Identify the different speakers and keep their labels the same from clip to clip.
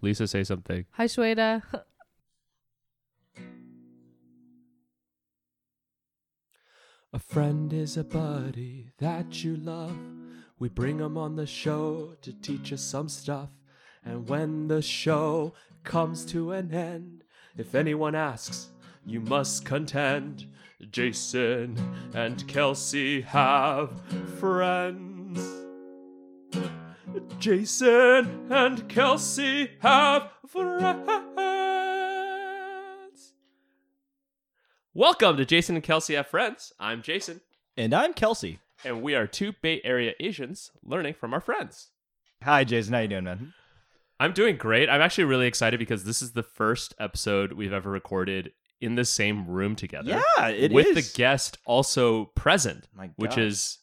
Speaker 1: Lisa, say something.
Speaker 2: Hi, Shweta.
Speaker 3: A friend is a buddy that you love. We bring 'em on the show to teach us some stuff. And when the show comes to an end, if anyone asks, you must contend. Jason and Kelsey have friends. Jason and Kelsey have friends. Welcome to Jason and Kelsey Have Friends. I'm Jason,
Speaker 4: And I'm Kelsey.
Speaker 3: and we are two Bay Area Asians learning from our friends.
Speaker 4: Hi, Jason. How you doing, man?
Speaker 1: I'm doing great. I'm actually really excited because this is the first episode we've ever recorded in the same room together.
Speaker 4: Yeah, it
Speaker 1: with the
Speaker 4: is.
Speaker 1: guest also present,
Speaker 4: My
Speaker 1: which
Speaker 4: gosh.
Speaker 1: is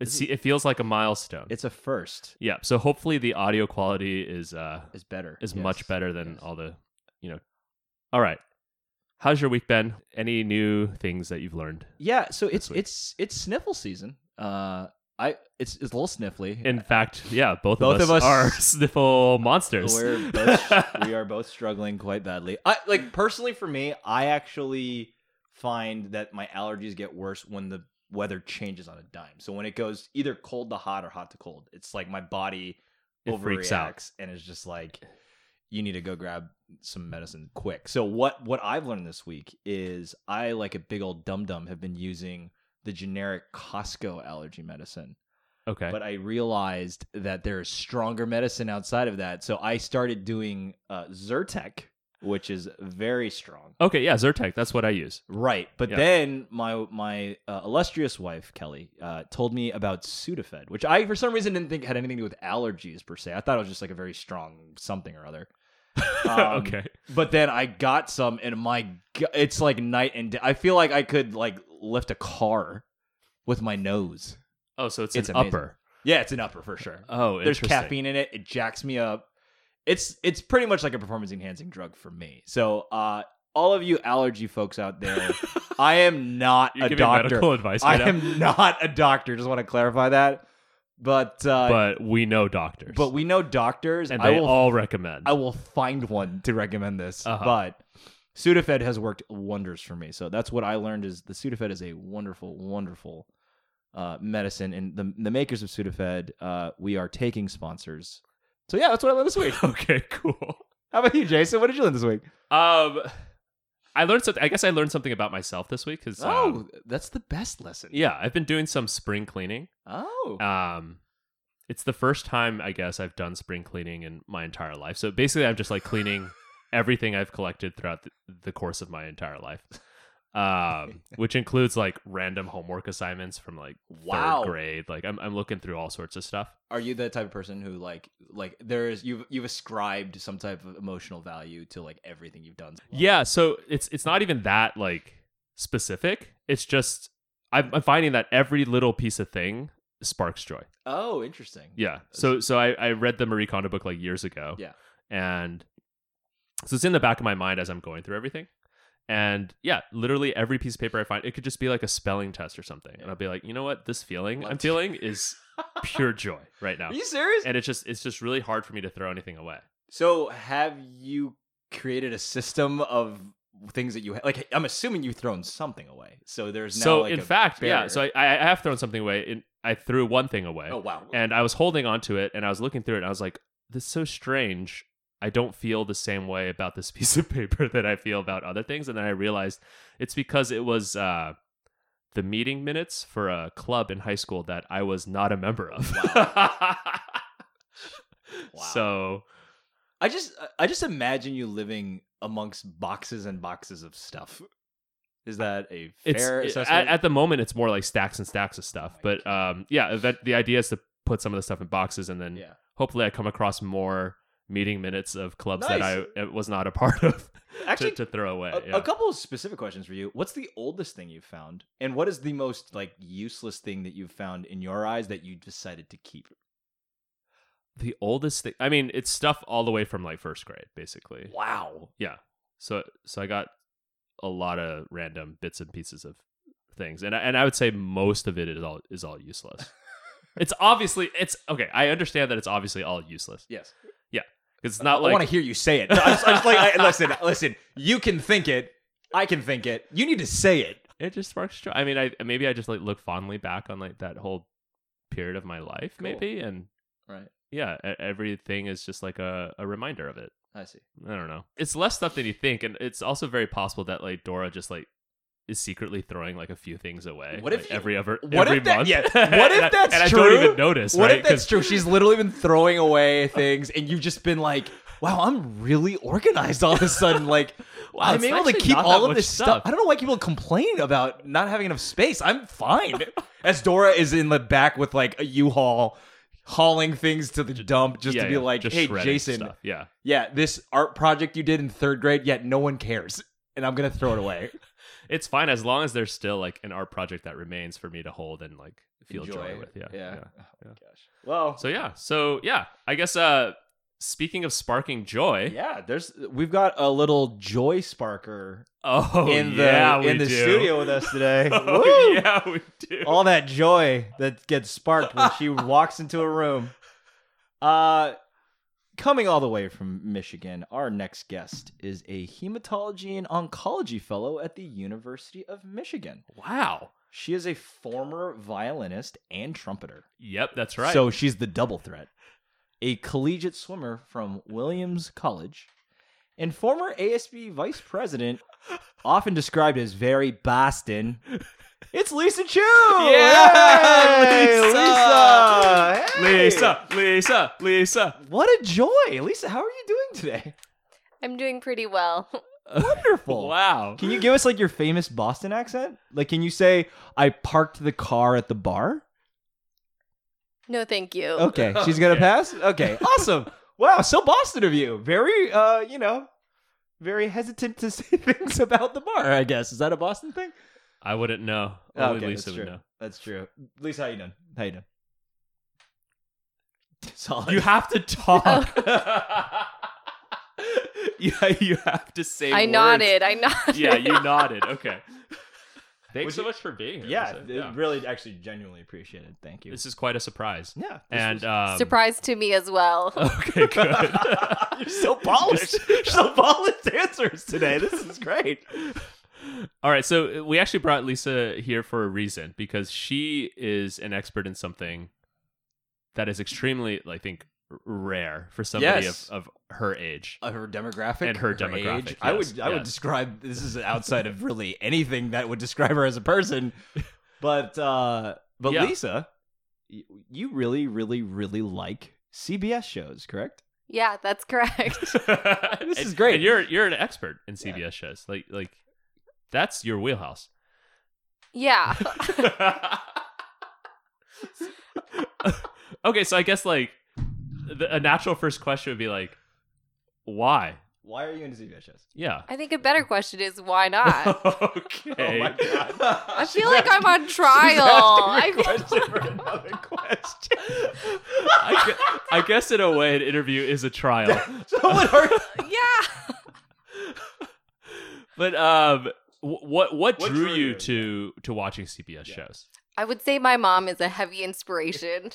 Speaker 1: it, se- it feels like a milestone.
Speaker 4: It's a first.
Speaker 1: yeah, so hopefully the audio quality is uh
Speaker 4: It's better.
Speaker 1: is
Speaker 4: Yes.
Speaker 1: much better than
Speaker 4: Yes.
Speaker 1: all the, you know. All right. How's your week been? Any new things that you've learned?
Speaker 4: Yeah. So it's
Speaker 1: week.
Speaker 4: it's it's sniffle season. Uh, I it's it's a little sniffly.
Speaker 1: In fact, yeah, both,
Speaker 4: Both
Speaker 1: of, us
Speaker 4: of us-
Speaker 1: are sniffle monsters.
Speaker 4: we're both, we are both struggling quite badly. I like personally for me, I actually find that my allergies get worse when the weather changes on a dime. So when it goes either cold to hot or hot to cold, it's like my body
Speaker 1: It
Speaker 4: overreacts
Speaker 1: freaks out.
Speaker 4: and it's just like you need to go grab some medicine quick. So what what I've learned this week is I like a big old dum dum have been using the generic Costco allergy medicine
Speaker 1: okay.
Speaker 4: but I realized that there is stronger medicine outside of that. So I started doing uh, Zyrtec, which is very strong.
Speaker 1: okay, yeah, Zyrtec, that's what I use.
Speaker 4: Right, but
Speaker 1: Yeah.
Speaker 4: then my my uh, illustrious wife Kelly uh, told me about Sudafed, which I for some reason didn't think had anything to do with allergies per se. I thought it was just like a very strong something or other. Um,
Speaker 1: okay.
Speaker 4: but then I got some, and my go- it's like night and day. I feel like I could like lift a car with my nose.
Speaker 1: Oh, so it's,
Speaker 4: it's
Speaker 1: an
Speaker 4: amazing.
Speaker 1: upper.
Speaker 4: Yeah, it's an upper for sure
Speaker 1: Oh,
Speaker 4: there's
Speaker 1: interesting.
Speaker 4: caffeine in it. It jacks me up. It's it's pretty much like a performance enhancing drug for me. So uh all of you allergy folks out there, I am not
Speaker 1: You're
Speaker 4: a
Speaker 1: giving
Speaker 4: doctor.
Speaker 1: medical advice
Speaker 4: I
Speaker 1: right now.
Speaker 4: am not a doctor. Just want to clarify that. But uh
Speaker 1: but we know doctors.
Speaker 4: but, we know doctors
Speaker 1: and
Speaker 4: I
Speaker 1: they
Speaker 4: will
Speaker 1: all recommend.
Speaker 4: I will find one to recommend this.
Speaker 1: Uh-huh.
Speaker 4: But Sudafed has worked wonders for me. So that's what I learned is the Sudafed is a wonderful, wonderful uh, medicine. And the, the makers of Sudafed, uh, we are taking sponsors. So yeah, that's what I learned this week.
Speaker 1: okay, cool.
Speaker 4: How about you, Jason? What did you learn this week?
Speaker 1: Um, I learned something. I guess I learned something about myself this week because
Speaker 4: oh, that's the best lesson.
Speaker 1: yeah, I've been doing some spring cleaning.
Speaker 4: Oh.
Speaker 1: Um, it's the first time I guess I've done spring cleaning in my entire life. So basically, I'm just like cleaning everything I've collected throughout the, the course of my entire life, um, which includes like random homework assignments from like
Speaker 4: Wow.
Speaker 1: third grade. Like I'm I'm looking through all sorts of stuff.
Speaker 4: Are you the type of person who like like there is you've you've ascribed some type of emotional value to like everything you've done?
Speaker 1: Yeah, so it's it's not even that like specific. It's just I'm, I'm finding that every little piece of thing sparks joy.
Speaker 4: Oh, interesting.
Speaker 1: Yeah. So so I, I read the Marie Kondo book like years ago.
Speaker 4: Yeah.
Speaker 1: And so it's in the back of my mind as I'm going through everything. And yeah, literally every piece of paper I find, it could just be like a spelling test or something. And
Speaker 4: Yeah.
Speaker 1: I'll be like, you know what? This feeling
Speaker 4: What?
Speaker 1: I'm feeling is pure joy right now.
Speaker 4: Are you serious?
Speaker 1: And it's just it's just really hard for me to throw anything away.
Speaker 4: So have you created a system of things that you ha- like? I'm assuming you've thrown something away. So there's now
Speaker 1: so
Speaker 4: like
Speaker 1: in
Speaker 4: a
Speaker 1: fact, yeah.
Speaker 4: barrier.
Speaker 1: So I, I I have thrown something away. In, I threw one thing away.
Speaker 4: oh wow,
Speaker 1: and I was holding on to it and I was looking through it and I was like, this is so strange. I don't feel the same way about this piece of paper that I feel about other things. And then I realized it's because it was uh, the meeting minutes for a club in high school that I was not a member of.
Speaker 4: Wow.
Speaker 1: So
Speaker 4: I just uh, I just imagine you living amongst boxes and boxes of stuff. Is that a
Speaker 1: it's
Speaker 4: fair
Speaker 1: it- at,
Speaker 4: assessment?
Speaker 1: at the moment it's more like stacks and stacks of stuff.
Speaker 4: Oh my
Speaker 1: but um, yeah, event, the idea is to put some of the stuff in boxes and then
Speaker 4: yeah.
Speaker 1: hopefully I come across more meeting minutes of clubs
Speaker 4: Nice.
Speaker 1: that I uh, was not a part of.
Speaker 4: Actually,
Speaker 1: to, to throw away.
Speaker 4: a,
Speaker 1: yeah.
Speaker 4: a couple of specific questions for you. What's the oldest thing you've found, and what is the most like useless thing that you've found in your eyes that you decided to keep?
Speaker 1: the oldest thing. I mean, it's stuff all the way from like first grade, basically.
Speaker 4: Wow.
Speaker 1: So so I got a lot of random bits and pieces of things, and I, and I would say most of it is all is all useless. it's obviously it's okay. I understand that it's obviously all useless.
Speaker 4: Yes.
Speaker 1: It's not
Speaker 4: I want
Speaker 1: like
Speaker 4: to hear you say it. No, I just, I just like, I, listen, listen. You can think it. I can think it. You need to say it.
Speaker 1: it just sparks joy. I mean, I maybe I just like look fondly back on like that whole period of my life,
Speaker 4: Cool.
Speaker 1: maybe, and
Speaker 4: Right.
Speaker 1: yeah, e- everything is just like a, a reminder of it.
Speaker 4: I see.
Speaker 1: I don't know. It's less stuff than you think, and it's also very possible that like Dora just like is secretly throwing like a few things away.
Speaker 4: What if
Speaker 1: like,
Speaker 4: you-
Speaker 1: every other
Speaker 4: what
Speaker 1: every
Speaker 4: if that-
Speaker 1: month?
Speaker 4: yeah, what if
Speaker 1: and I-
Speaker 4: that's
Speaker 1: and I
Speaker 4: true?
Speaker 1: don't even notice.
Speaker 4: What
Speaker 1: right?
Speaker 4: if that's
Speaker 1: 'Cause-
Speaker 4: true? She's literally been throwing away things, and you've just been like, "Wow, I'm really organized all of a sudden." Like,
Speaker 1: Wow,
Speaker 4: I'm
Speaker 1: it's
Speaker 4: able to
Speaker 1: actually
Speaker 4: keep
Speaker 1: not that
Speaker 4: all of
Speaker 1: much
Speaker 4: this stuff.
Speaker 1: stuff.
Speaker 4: I don't know why people complain about not having enough space. I'm fine. As Dora is in the back with like a U-Haul, hauling things to the dump just
Speaker 1: Yeah,
Speaker 4: to be
Speaker 1: yeah,
Speaker 4: like,
Speaker 1: just
Speaker 4: "Hey,
Speaker 1: shredding
Speaker 4: Jason,
Speaker 1: stuff. Yeah,
Speaker 4: yeah, this art project you did in third grade, yet no one cares, and I'm gonna throw it away."
Speaker 1: it's fine as long as there's still like an art project that remains for me to hold and like feel joy with. Yeah,
Speaker 4: yeah. Oh,
Speaker 1: yeah.
Speaker 4: Gosh. Well,
Speaker 1: So yeah, so yeah, I guess. uh Speaking of sparking joy,
Speaker 4: Yeah, there's we've got a little joy sparker
Speaker 1: oh
Speaker 4: in the
Speaker 1: yeah, we
Speaker 4: in the
Speaker 1: do.
Speaker 4: studio with us today.
Speaker 1: Oh,
Speaker 4: Woo! Oh.
Speaker 1: yeah, we do.
Speaker 4: All that joy that gets sparked when she walks into a room. Uh coming all the way from Michigan, our next guest is a hematology and oncology fellow at the University of Michigan.
Speaker 1: wow.
Speaker 4: She is a former violinist and trumpeter.
Speaker 1: Yep, that's right.
Speaker 4: So she's the double threat. A collegiate swimmer from Williams College and former ASB vice president, often described as very Boston. It's Lisa Chu!
Speaker 1: Yeah,
Speaker 4: Hey,
Speaker 1: Lisa!
Speaker 4: Lisa! Hey!
Speaker 1: Lisa, Lisa, Lisa.
Speaker 4: What a joy! Lisa, how are you doing today?
Speaker 2: I'm doing pretty well.
Speaker 4: Wonderful.
Speaker 1: Wow.
Speaker 4: Can you give us like your famous Boston accent? Like, can you say, I parked the car at the bar?
Speaker 2: No, thank you.
Speaker 4: Okay, she's gonna
Speaker 1: Okay.
Speaker 4: pass. Okay, awesome. Wow, so Boston of you. Very, uh, you know, very hesitant to say things about the bar. I guess is that a Boston thing?
Speaker 1: I wouldn't know.
Speaker 4: Oh,
Speaker 1: Only
Speaker 4: okay,
Speaker 1: Lisa
Speaker 4: that's
Speaker 1: would
Speaker 4: true.
Speaker 1: know.
Speaker 4: That's true. Lisa, how you doing? How you doing? Solid.
Speaker 1: You have to talk. yeah, you have to say.
Speaker 2: Oh. I
Speaker 1: words.
Speaker 2: nodded. I nodded.
Speaker 1: Yeah, you nodded. Okay. Thanks
Speaker 4: Would
Speaker 1: so
Speaker 4: you-
Speaker 1: much for being here.
Speaker 4: yeah,
Speaker 1: Lisa.
Speaker 4: it- really, actually, genuinely appreciated. Thank you.
Speaker 1: This is quite a surprise.
Speaker 4: yeah, this
Speaker 1: And
Speaker 4: was-
Speaker 1: um,
Speaker 2: Surprise to me as well.
Speaker 1: Okay, good.
Speaker 4: you're so polished. You're so polished answers today. This is great.
Speaker 1: All right, so uh, we actually brought Lisa here for a reason because she is an expert in something that is extremely, I think, r- rare for somebody
Speaker 4: Yes.
Speaker 1: of, of her age.
Speaker 4: of uh, her demographic
Speaker 1: And her
Speaker 4: age.
Speaker 1: demographic,
Speaker 4: I
Speaker 1: yes,
Speaker 4: would I would
Speaker 1: yes.
Speaker 4: describe this is outside of really anything that would describe her as a person, but uh, but
Speaker 1: Yeah.
Speaker 4: Lisa, y- you really really really like CBS shows, correct?
Speaker 2: yeah, that's correct.
Speaker 1: this
Speaker 4: is great.
Speaker 1: And you're you're an expert in
Speaker 4: Yeah.
Speaker 1: CBS shows. Like like that's your wheelhouse.
Speaker 2: Yeah.
Speaker 1: okay, so I guess like the, a natural first question would be like, why?
Speaker 4: Why are you into CBS shows?
Speaker 1: Yeah.
Speaker 2: I think a better question is why not?
Speaker 1: okay.
Speaker 4: Oh my god!
Speaker 2: I feel like I'm on trial. I feel-
Speaker 4: question for another question.
Speaker 1: I, gu- I guess in a way, an interview is a trial.
Speaker 4: so what are
Speaker 2: yeah.
Speaker 1: But um, wh- what what
Speaker 4: What
Speaker 1: drew,
Speaker 4: drew
Speaker 1: you
Speaker 4: you?
Speaker 1: to to watching CBS
Speaker 4: Yeah.
Speaker 1: shows?
Speaker 2: I would say my mom is a heavy inspiration.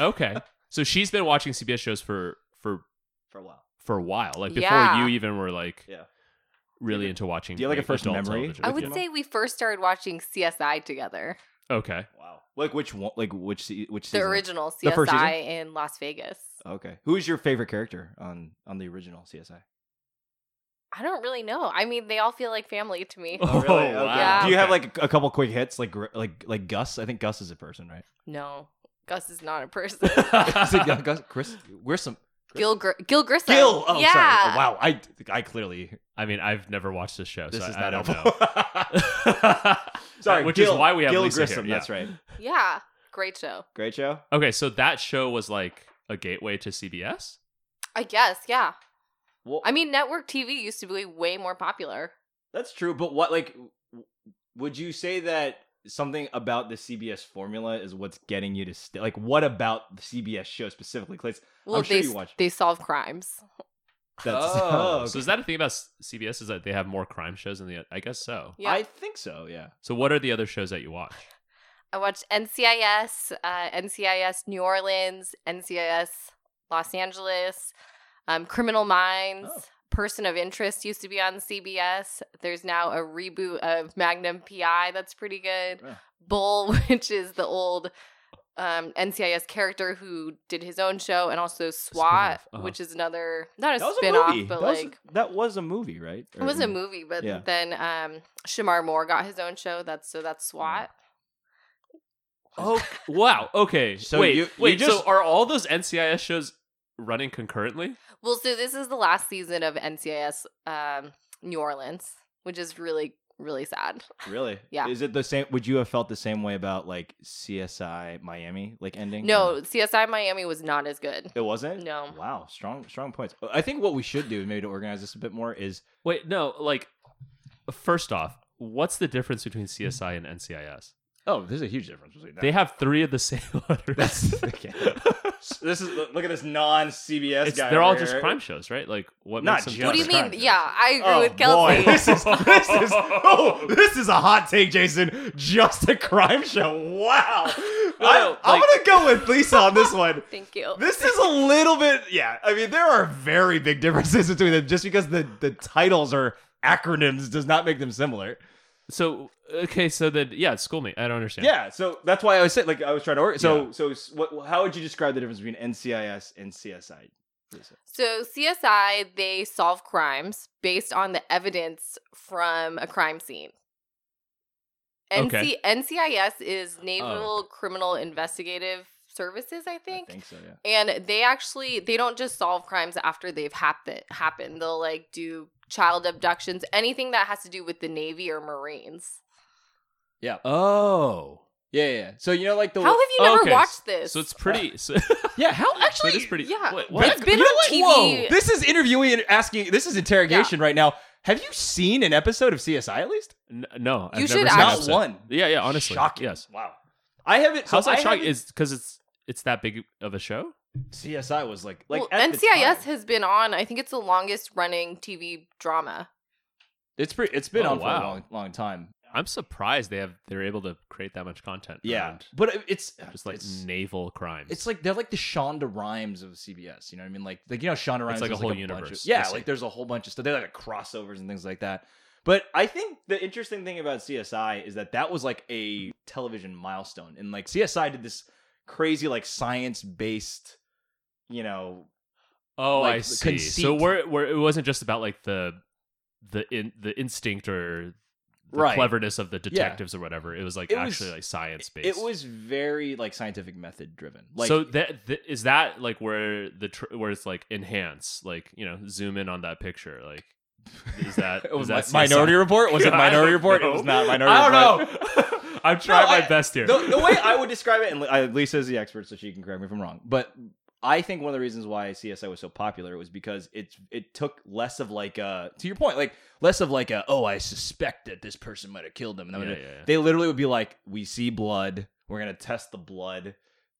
Speaker 1: Okay, so she's been watching CBS shows for for
Speaker 4: for a while?
Speaker 1: for a while, like before
Speaker 2: Yeah.
Speaker 1: you even were like
Speaker 4: Yeah.
Speaker 1: really
Speaker 4: Do you-
Speaker 1: into watching.
Speaker 4: do you have, like, a first
Speaker 1: adult
Speaker 4: memory
Speaker 1: television.
Speaker 2: I
Speaker 4: With
Speaker 2: would
Speaker 4: your mom?
Speaker 2: say we first started watching CSI together,
Speaker 1: Okay,
Speaker 4: Wow! Like which one? Like which se- which
Speaker 2: the
Speaker 4: season?
Speaker 2: original
Speaker 4: The first season?
Speaker 2: CSI in Las Vegas.
Speaker 4: Okay. Who is your favorite character on on the original CSI?
Speaker 2: I don't really know. I mean, they all feel like family to me.
Speaker 1: Oh, really? Okay.
Speaker 2: wow. Yeah.
Speaker 4: Do you have
Speaker 1: Okay.
Speaker 4: like a couple quick hits, like gr- like like Gus? I think Gus is a person, right?
Speaker 2: No, Gus is not a person.
Speaker 4: Is it Gu- Gus, Chris, where's some
Speaker 2: Gil, Gr- Gil Grissom.
Speaker 4: Gil? Oh,
Speaker 2: yeah.
Speaker 4: sorry. Oh, wow, I I clearly
Speaker 1: I mean, I've never watched this show,
Speaker 4: this
Speaker 1: so
Speaker 4: is
Speaker 1: I, I
Speaker 4: not
Speaker 1: don't know.
Speaker 4: helpful. sorry,
Speaker 1: which
Speaker 4: Gil-
Speaker 1: is why we have
Speaker 4: Gil
Speaker 1: Lisa
Speaker 4: Grissom.
Speaker 1: here.
Speaker 4: That's right.
Speaker 2: Yeah. Great show.
Speaker 4: Great show.
Speaker 1: Okay, so that show was like a gateway to CBS.
Speaker 2: I guess, yeah.
Speaker 4: Well,
Speaker 2: I mean, network TV used to be way more popular.
Speaker 4: that's true. But what like w- would you say that? Something about the CBS formula is what's getting you to stay. Like, what about the CBS show specifically? 'Cause
Speaker 2: Well,
Speaker 4: sure
Speaker 2: they
Speaker 4: you watch-
Speaker 2: they solve crimes.
Speaker 4: That's, okay.
Speaker 1: Oh, so is that a thing about s- CBS? Is that they have more crime shows than the? I guess so.
Speaker 2: Yeah,
Speaker 4: I
Speaker 2: I,
Speaker 4: think so. Yeah.
Speaker 1: So what are the other shows that you watch?
Speaker 2: watched NCIS, uh, NCIS New Orleans, NCIS Los Angeles, Um, Criminal Minds,
Speaker 4: Oh.
Speaker 2: Person of Interest used to be on CBS. There's now a reboot of Magnum PI that's pretty good.
Speaker 4: Yeah.
Speaker 2: Bull, which is the old um, NCIS character who did his own show, and also SWAT,
Speaker 1: Spin-off, uh-huh.
Speaker 2: which is another not a
Speaker 4: That was
Speaker 2: spin
Speaker 4: a
Speaker 2: off,
Speaker 4: movie.
Speaker 2: but
Speaker 4: that,
Speaker 2: like
Speaker 4: was, that was a movie, right?
Speaker 2: it was a movie, but
Speaker 4: Yeah.
Speaker 2: then um Shamar Moore got his own show. That's so that's SWAT.
Speaker 1: Oh wow. Okay.
Speaker 4: So
Speaker 1: wait.
Speaker 4: you- you
Speaker 1: wait.
Speaker 4: just-
Speaker 1: So are all those NCIS shows running concurrently?
Speaker 2: Well, so this is the last season of NCIS um New Orleans, which is really really sad.
Speaker 4: Really?
Speaker 2: Yeah.
Speaker 4: Is it the same? Would you have felt the same way about like CSI Miami, like ending?
Speaker 2: No, CSI Miami was not as good.
Speaker 4: It wasn't?
Speaker 2: No.
Speaker 4: Wow, strong strong points. I think what we should do maybe to organize this a bit more is
Speaker 1: Wait. No. Like, first off, what's the difference between CSI and NCIS?
Speaker 4: oh, there's a huge difference between that.
Speaker 1: They have three of the same letters.
Speaker 4: That's- okay. this is look at this non CBS
Speaker 1: It's- they're all just crime shows, right? Like, what?
Speaker 4: Not
Speaker 1: makes them
Speaker 4: just-
Speaker 2: What do you
Speaker 1: different?
Speaker 2: mean?
Speaker 4: crime,
Speaker 2: Yeah, I agree with
Speaker 4: Oh, boy,
Speaker 2: Kelsey.
Speaker 4: this is this is oh, this is a hot take, Jason. Just a crime show. Wow, I,
Speaker 1: no,
Speaker 4: I'm
Speaker 1: like-
Speaker 4: gonna go with Lisa on this one.
Speaker 2: Thank you.
Speaker 4: This is a little bit, yeah. I mean, there are very big differences between them. Just because the the titles are acronyms does not make them similar.
Speaker 1: So okay. So then, yeah. School me. I don't understand.
Speaker 4: Yeah, so that's why I was saying, like, I was trying to order. So,
Speaker 1: Yeah.
Speaker 4: so s- what? How would you describe the difference between NCIS and CSI? Lisa?
Speaker 2: So CSI they solve crimes based on the evidence from a crime scene. NC-
Speaker 1: Okay.
Speaker 2: NCIS is Naval Criminal Investigative Services, Oh. I think.
Speaker 4: I think so. Yeah.
Speaker 2: And they actually they don't just solve crimes after they've happen happened. They'll like do child abductions, anything that has to do with the Navy or Marines.
Speaker 4: Oh. Yeah, yeah. So you know, like the
Speaker 2: How have you never
Speaker 1: okay,
Speaker 2: watched this?
Speaker 1: So it's pretty. So,
Speaker 4: yeah. How actually?
Speaker 1: it is pretty.
Speaker 2: yeah.
Speaker 1: Wait, what?
Speaker 2: It's been
Speaker 4: you know
Speaker 2: on
Speaker 4: what?
Speaker 2: TV.
Speaker 4: Whoa! This is interviewing and asking. This is interrogation right now. Have you seen an episode of CSI at least?
Speaker 1: N- no.
Speaker 2: You
Speaker 1: I've never
Speaker 2: should
Speaker 1: seen an
Speaker 2: actually-
Speaker 4: Not
Speaker 1: episode.
Speaker 4: one.
Speaker 1: Yeah. Yeah. Honestly.
Speaker 4: Shocking.
Speaker 1: Yes.
Speaker 4: Wow. I haven't.
Speaker 1: How's
Speaker 4: so
Speaker 1: that
Speaker 4: I
Speaker 1: shocking?
Speaker 4: haven't-
Speaker 1: Is because it's it's that big of a show.
Speaker 4: CSI was like like
Speaker 2: well,
Speaker 4: at the
Speaker 2: NCIS
Speaker 4: time.
Speaker 2: has been on. I think it's the longest running TV drama.
Speaker 4: It's pretty. It's been
Speaker 1: Oh,
Speaker 4: on for a
Speaker 1: wow.
Speaker 4: long, long time.
Speaker 1: I'm surprised they have they're able to create that much content.
Speaker 4: Yeah,
Speaker 1: around
Speaker 4: but it- it's
Speaker 1: just like
Speaker 4: it's-
Speaker 1: naval crimes.
Speaker 4: It's like they're like the Shonda Rhimes of CBS. You know what I mean? Like like you know Shonda Rhimes.
Speaker 1: like a
Speaker 4: has,
Speaker 1: whole
Speaker 4: bunch of-
Speaker 1: universe. I
Speaker 4: yeah,
Speaker 1: see.
Speaker 4: like there's a whole bunch of stuff. They're like crossovers and things like that. But I think the interesting thing about CSI is that that was like a television milestone, and like CSI did this crazy like science based, you know,
Speaker 1: oh,
Speaker 4: like,
Speaker 1: I
Speaker 4: the
Speaker 1: see.
Speaker 4: conceit.
Speaker 1: So where where it wasn't just about like the the in, the instinct or the
Speaker 4: Right.
Speaker 1: cleverness of the detectives or whatever. It was like
Speaker 4: It was-
Speaker 1: actually like science based.
Speaker 4: it was very like scientific method driven. Like
Speaker 1: so that th- is that like where the tr- where it's like enhance, like you know, zoom in on that picture, like is that,
Speaker 4: it
Speaker 1: is
Speaker 4: was
Speaker 1: that
Speaker 4: Mi- Minority
Speaker 1: CSI?
Speaker 4: Report. Was it
Speaker 1: I don't
Speaker 4: Minority Report? It
Speaker 1: know.
Speaker 4: was not Minority
Speaker 1: I
Speaker 4: Report.
Speaker 1: don't know. I'm trying my
Speaker 4: I-
Speaker 1: best here.
Speaker 4: the, the way I would describe it, and Li- uh, Lisa is the expert, so she can correct me if I'm wrong. But I think one of the reasons why CSI was so popular was because it's it took less of like a to your point, like less of like a oh I suspect that this person might have killed them. And I'm
Speaker 1: Yeah,
Speaker 4: gonna-"
Speaker 1: yeah, yeah.
Speaker 4: They literally would be like, we see blood, we're gonna test the blood.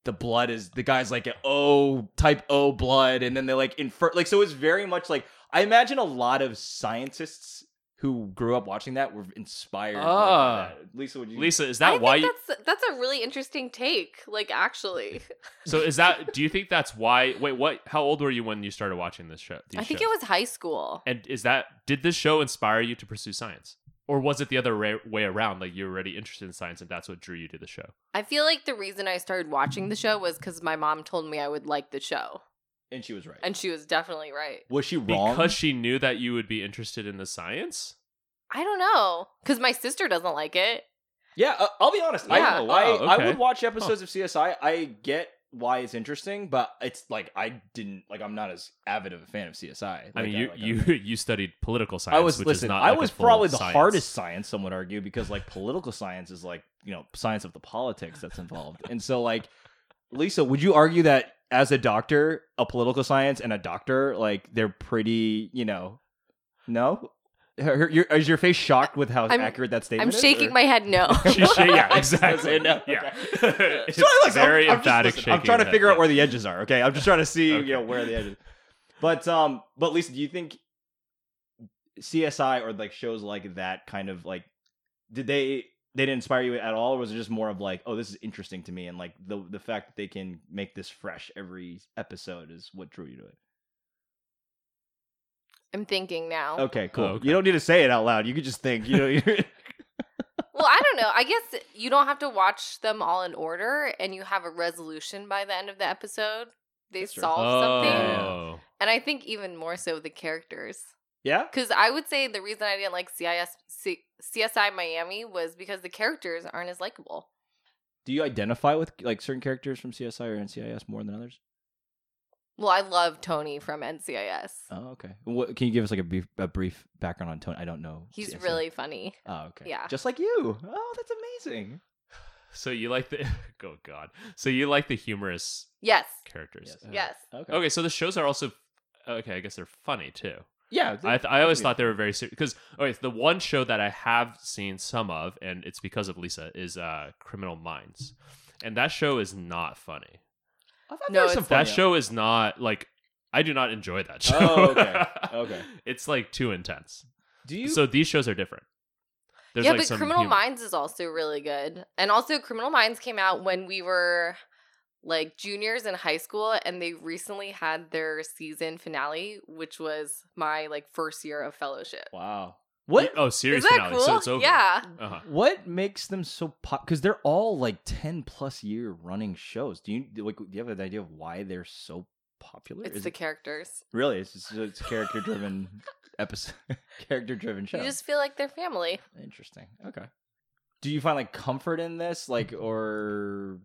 Speaker 4: The blood is the guy's like an O type O blood, and then they like infer like so. It's very much like I imagine a lot of scientists who grew up watching that were inspired. like, by
Speaker 1: Ah.
Speaker 4: that. Lisa, would you?
Speaker 1: Lisa, is
Speaker 2: I
Speaker 1: that
Speaker 2: think
Speaker 1: why you
Speaker 2: that's that's a really interesting take. Like, actually,
Speaker 1: So is that? Do you think that's why? Wait, what? How old were you when you started watching this show? these
Speaker 2: I think
Speaker 1: shows?
Speaker 2: it was high school.
Speaker 1: And is that? Did this show inspire you to pursue science, or was it the other ra- way around? Like you were already interested in science, and that's what drew you to the show.
Speaker 2: I feel like the reason I started watching the show was because my mom told me I would like the show,
Speaker 4: and she was right.
Speaker 2: and she was definitely right.
Speaker 4: Was she wrong?
Speaker 1: Because she knew that you would be interested in the science.
Speaker 2: I don't know because my sister doesn't like it.
Speaker 4: yeah, uh, I'll be honest. I-
Speaker 2: Yeah.
Speaker 4: I,
Speaker 1: Oh, wow,
Speaker 4: I,
Speaker 1: okay.
Speaker 4: would watch episodes of CSI. I get why it's interesting, but it's like I didn't like. I'm not as avid of a fan of CSI.
Speaker 1: I
Speaker 4: Like,
Speaker 1: mean, you
Speaker 4: like,
Speaker 1: you
Speaker 4: I'm-
Speaker 1: you studied political science.
Speaker 4: I was
Speaker 1: which
Speaker 4: listen.
Speaker 1: Is not
Speaker 4: I
Speaker 1: like a
Speaker 4: was
Speaker 1: full
Speaker 4: probably the
Speaker 1: science.
Speaker 4: hardest science. Some would argue because like political science is like you know science of the politics that's involved, and so like Lisa, would you argue that as a doctor, a political science and a doctor like they're pretty you know no. Her, her- your, is your face shocked with how
Speaker 2: I'm-
Speaker 4: accurate that statement
Speaker 2: I'm
Speaker 4: is?
Speaker 2: shaking
Speaker 4: or-
Speaker 2: my head no.
Speaker 1: She, she, yeah,
Speaker 4: Just
Speaker 1: exactly.
Speaker 4: listen, no,
Speaker 1: yeah,
Speaker 4: It's
Speaker 1: it's
Speaker 4: what it looks- I'm-
Speaker 1: very
Speaker 4: I'm, just-
Speaker 1: emphatic.
Speaker 4: listen, I'm
Speaker 1: shaking
Speaker 4: trying to
Speaker 1: of
Speaker 4: figure
Speaker 1: head,
Speaker 4: out where the edges are. Okay, I'm just trying to see
Speaker 1: Okay.
Speaker 4: you know where the edges. But um, but Lisa, do you think CSI or like shows like that kind of like did they they didn't inspire you at all, or was it just more of like oh this is interesting to me and like the the fact that they can make this fresh every episode is what drew you to it?
Speaker 2: I'm thinking now.
Speaker 4: Okay, cool.
Speaker 1: Oh, okay.
Speaker 4: You don't need to say it out loud. You could just think. You know, you're-
Speaker 2: Well, I don't know. I guess you don't have to watch them all in order and you have a resolution by the end of the episode. They
Speaker 4: That's true.
Speaker 2: solve something.
Speaker 1: Oh,
Speaker 2: And I think even more so the characters.
Speaker 4: yeah.
Speaker 2: Because I would say the reason I didn't like CIS, C- CSI Miami was because the characters aren't as likable.
Speaker 4: Do you identify with like certain characters from CSI or NCIS more than others?
Speaker 2: Well, I love Tony from NCIS.
Speaker 4: Oh, okay. What, can you give us like a brief, a brief background on Tony? I don't know.
Speaker 2: He's
Speaker 4: CSI.
Speaker 2: really funny.
Speaker 4: Oh, okay.
Speaker 2: Yeah.
Speaker 4: Just like you. Oh, that's amazing.
Speaker 1: so you like the oh god, so you like the humorous
Speaker 2: Yes.
Speaker 1: characters? Uh,
Speaker 4: Yes.
Speaker 2: Yes.
Speaker 4: Okay.
Speaker 1: Okay, so the shows are also okay. I guess they're funny too.
Speaker 4: Yeah.
Speaker 1: I, th- I always
Speaker 4: Yeah.
Speaker 1: thought they were very serious because okay, the one show that I have seen some of, and it's because of Lisa, is uh, Criminal Minds, and that show is not funny.
Speaker 4: I thought
Speaker 2: No,
Speaker 4: there was
Speaker 2: it's-
Speaker 4: some
Speaker 1: That
Speaker 4: funny-
Speaker 1: show is not like I do not enjoy that show.
Speaker 4: Oh, okay. Okay.
Speaker 1: it's like too intense.
Speaker 4: Do you?
Speaker 1: So these shows are different. There's
Speaker 2: yeah,
Speaker 1: like
Speaker 2: but
Speaker 1: some
Speaker 2: Criminal
Speaker 1: humor.
Speaker 2: Minds is also really good. And also, Criminal Minds came out when we were like juniors in high school, and they recently had their season finale, which was my like first year of fellowship.
Speaker 4: wow.
Speaker 1: What?
Speaker 4: What?
Speaker 1: Oh, series
Speaker 2: is that
Speaker 1: finale.
Speaker 2: cool?
Speaker 1: So it's over.
Speaker 2: Yeah.
Speaker 1: Uh-huh.
Speaker 4: What makes them so pop? Because they're all like ten plus year running shows. Do you like? Do you have an idea of why they're so popular?
Speaker 2: It's
Speaker 4: Is
Speaker 2: the
Speaker 4: it-
Speaker 2: characters.
Speaker 4: really it's just, it's character driven episode, character driven show.
Speaker 2: You just feel like they're family.
Speaker 4: Interesting. Okay. Do you find like comfort in this, like, or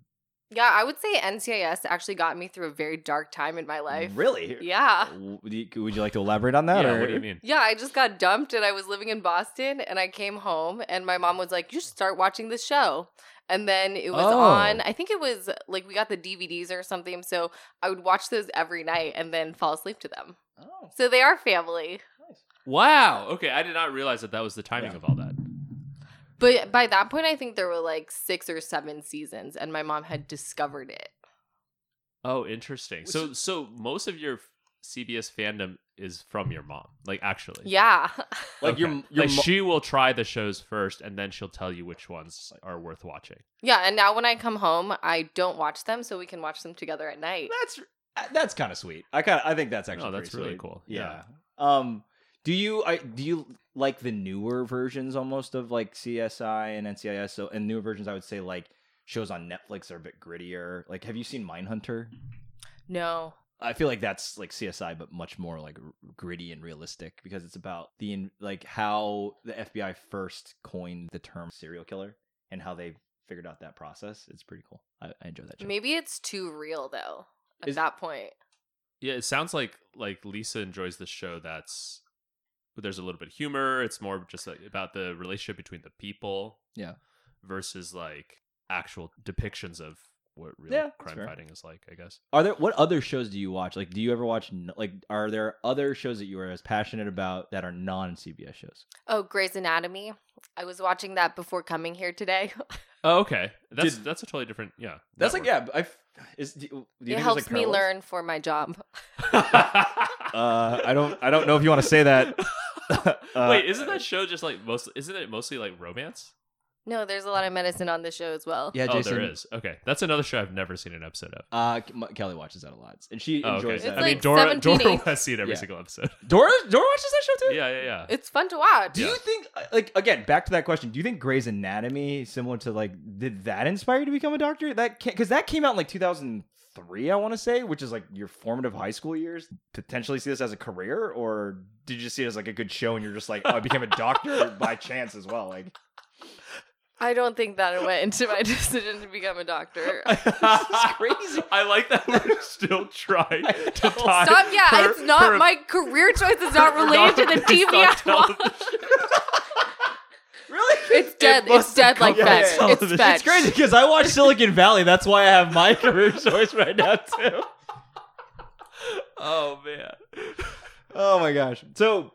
Speaker 2: Yeah, I would say NCIS actually got me through a very dark time in my life.
Speaker 4: really?
Speaker 2: Yeah.
Speaker 4: W- do you- Would you like to elaborate on that?
Speaker 1: Yeah,
Speaker 4: or-
Speaker 1: what do you mean?
Speaker 2: Yeah, I just got dumped and I was living in Boston and I came home and my mom was like, You should start watching the show. And then it was
Speaker 4: Oh.
Speaker 2: on, I think it was like we got the DVDs or something. So I would watch those every night and then fall asleep to them.
Speaker 4: Oh,
Speaker 2: So they are family.
Speaker 4: nice.
Speaker 1: Wow. Okay, I did not realize that that was the timing
Speaker 4: Yeah.
Speaker 1: of all that.
Speaker 2: But by that point, I think there were like six or seven seasons and my mom had discovered it.
Speaker 1: Oh, interesting.
Speaker 4: Which
Speaker 1: So so most of your CBS fandom is from your mom, like actually.
Speaker 2: Yeah.
Speaker 4: Like your,
Speaker 1: Okay.
Speaker 4: your
Speaker 1: like
Speaker 4: mo-
Speaker 1: she will try the shows first, and then she'll tell you which ones are worth watching.
Speaker 2: yeah. And now when I come home, I don't watch them so we can watch them together at night.
Speaker 4: that's uh, that's kind of sweet. I kind of I think that's actually
Speaker 1: oh, that's
Speaker 4: pretty
Speaker 1: really
Speaker 4: sweet.
Speaker 1: cool.
Speaker 4: Yeah. Um, do you I do you like the newer versions almost of like CSI and NCIS? So and newer versions, I would say like shows on Netflix are a bit grittier. Like, have you seen Mindhunter?
Speaker 2: No.
Speaker 4: I feel like that's like CSI, but much more like r- gritty and realistic because it's about the in- like how the FBI first coined the term serial killer and how they figured out that process. It's pretty cool. I, I enjoy that. Show.
Speaker 2: Maybe it's too real though at
Speaker 4: Is-
Speaker 2: that point.
Speaker 1: Yeah, it sounds like like Lisa enjoys the show that's there's a little bit of humor. It's more just like about the relationship between the people.
Speaker 4: Yeah.
Speaker 1: Versus like actual depictions of what real
Speaker 4: Yeah, that's
Speaker 1: crime
Speaker 4: fair.
Speaker 1: fighting is like, I guess.
Speaker 4: Are there what other shows do you watch? Like, do you ever watch n- like Are there other shows that you are as passionate about that are non CBS shows?
Speaker 2: Oh, Grey's Anatomy. I was watching that before coming here today.
Speaker 1: Oh, okay. That's
Speaker 4: Did-
Speaker 1: that's a totally different yeah.
Speaker 4: That's
Speaker 1: network.
Speaker 4: like yeah. I is do, you
Speaker 2: it helps me learn for my job.
Speaker 4: Uh, I don't. I don't know if you want to say that. Uh,
Speaker 1: Wait, isn't that show just like most? Isn't it mostly like romance?
Speaker 2: No, there's a lot of medicine on the show as well.
Speaker 4: Yeah,
Speaker 1: oh,
Speaker 4: Jason.
Speaker 1: there is. Okay, that's another show I've never seen an episode of.
Speaker 4: Uh, Ke- Mo- Kelly watches that a lot, and she
Speaker 1: Oh, okay.
Speaker 4: enjoys that.
Speaker 1: I mean,
Speaker 2: It's like
Speaker 1: Dora,
Speaker 2: 17
Speaker 1: Dora has seen every
Speaker 4: Yeah.
Speaker 1: single episode.
Speaker 4: Dora. Dora watches that show too.
Speaker 1: yeah, yeah, yeah.
Speaker 2: It's fun to watch.
Speaker 4: Do you think, uh, like, again, back to that question? Do you think Grey's Anatomy, similar to like, did that inspire you to become a doctor? That because that came out in like 2003, I want to say, which is like your formative high school years. Potentially see this as a career, or did you just see it as like a good show and you're just like, oh, I became a doctor by chance as well? Like,
Speaker 2: I don't think that went into my decision to become a doctor.
Speaker 4: crazy.
Speaker 1: I like that we're still trying to tie.
Speaker 2: Stop. Yeah,
Speaker 1: her-
Speaker 2: it's not
Speaker 1: her-
Speaker 2: my career choice. Is not
Speaker 1: her
Speaker 2: related to the
Speaker 1: knowledge
Speaker 2: TV
Speaker 1: on
Speaker 2: I watch.
Speaker 1: television.
Speaker 4: really?
Speaker 2: It's dead. it's
Speaker 1: must have
Speaker 2: dead like
Speaker 4: come
Speaker 2: fetch.
Speaker 4: from
Speaker 2: It's fetch.
Speaker 4: It's crazy because I watch Silicon Valley. That's why I have my career choice right now too.
Speaker 1: Oh man.
Speaker 4: Oh my gosh. So,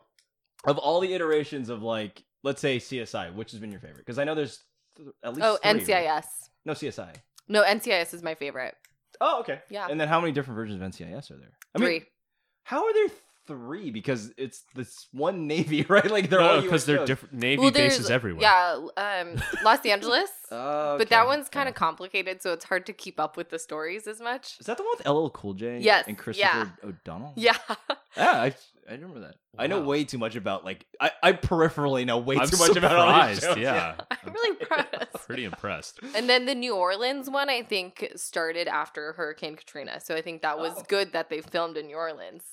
Speaker 4: of all the iterations of like, let's say CSI, which has been your favorite? Because I know there's th- at least
Speaker 2: Oh,
Speaker 4: three, right?
Speaker 2: NCIS.
Speaker 4: No CSI.
Speaker 2: No, NCIS is my favorite.
Speaker 4: Oh, okay.
Speaker 2: Yeah.
Speaker 4: And then how many different versions of NCIS are there? I mean,
Speaker 2: Three.
Speaker 4: how are there three? Because it's this one Navy, right? Like they're all
Speaker 1: No, because
Speaker 4: because
Speaker 1: they're different navy
Speaker 2: there's-
Speaker 1: bases everywhere.
Speaker 2: Yeah, um, Los Angeles.
Speaker 4: Oh,
Speaker 2: But that one's kind
Speaker 4: of.
Speaker 2: of complicated, so it's hard to keep up with the stories as much.
Speaker 4: Is that the one with LL Cool J?
Speaker 2: Yes,
Speaker 4: And
Speaker 2: yeah.
Speaker 4: Christopher O'Donnell.
Speaker 2: Yeah.
Speaker 4: Yeah. I, I remember that. I know
Speaker 1: Wow.
Speaker 4: way too much about like I, I peripherally know way
Speaker 1: I'm
Speaker 4: too much about all these
Speaker 1: surprised,
Speaker 4: shows.
Speaker 1: yeah.
Speaker 2: I'm really proud of us.
Speaker 1: Pretty impressed.
Speaker 2: And then the New Orleans one, I think, started after Hurricane Katrina. So I think that was
Speaker 4: Oh.
Speaker 2: good that they filmed in New Orleans.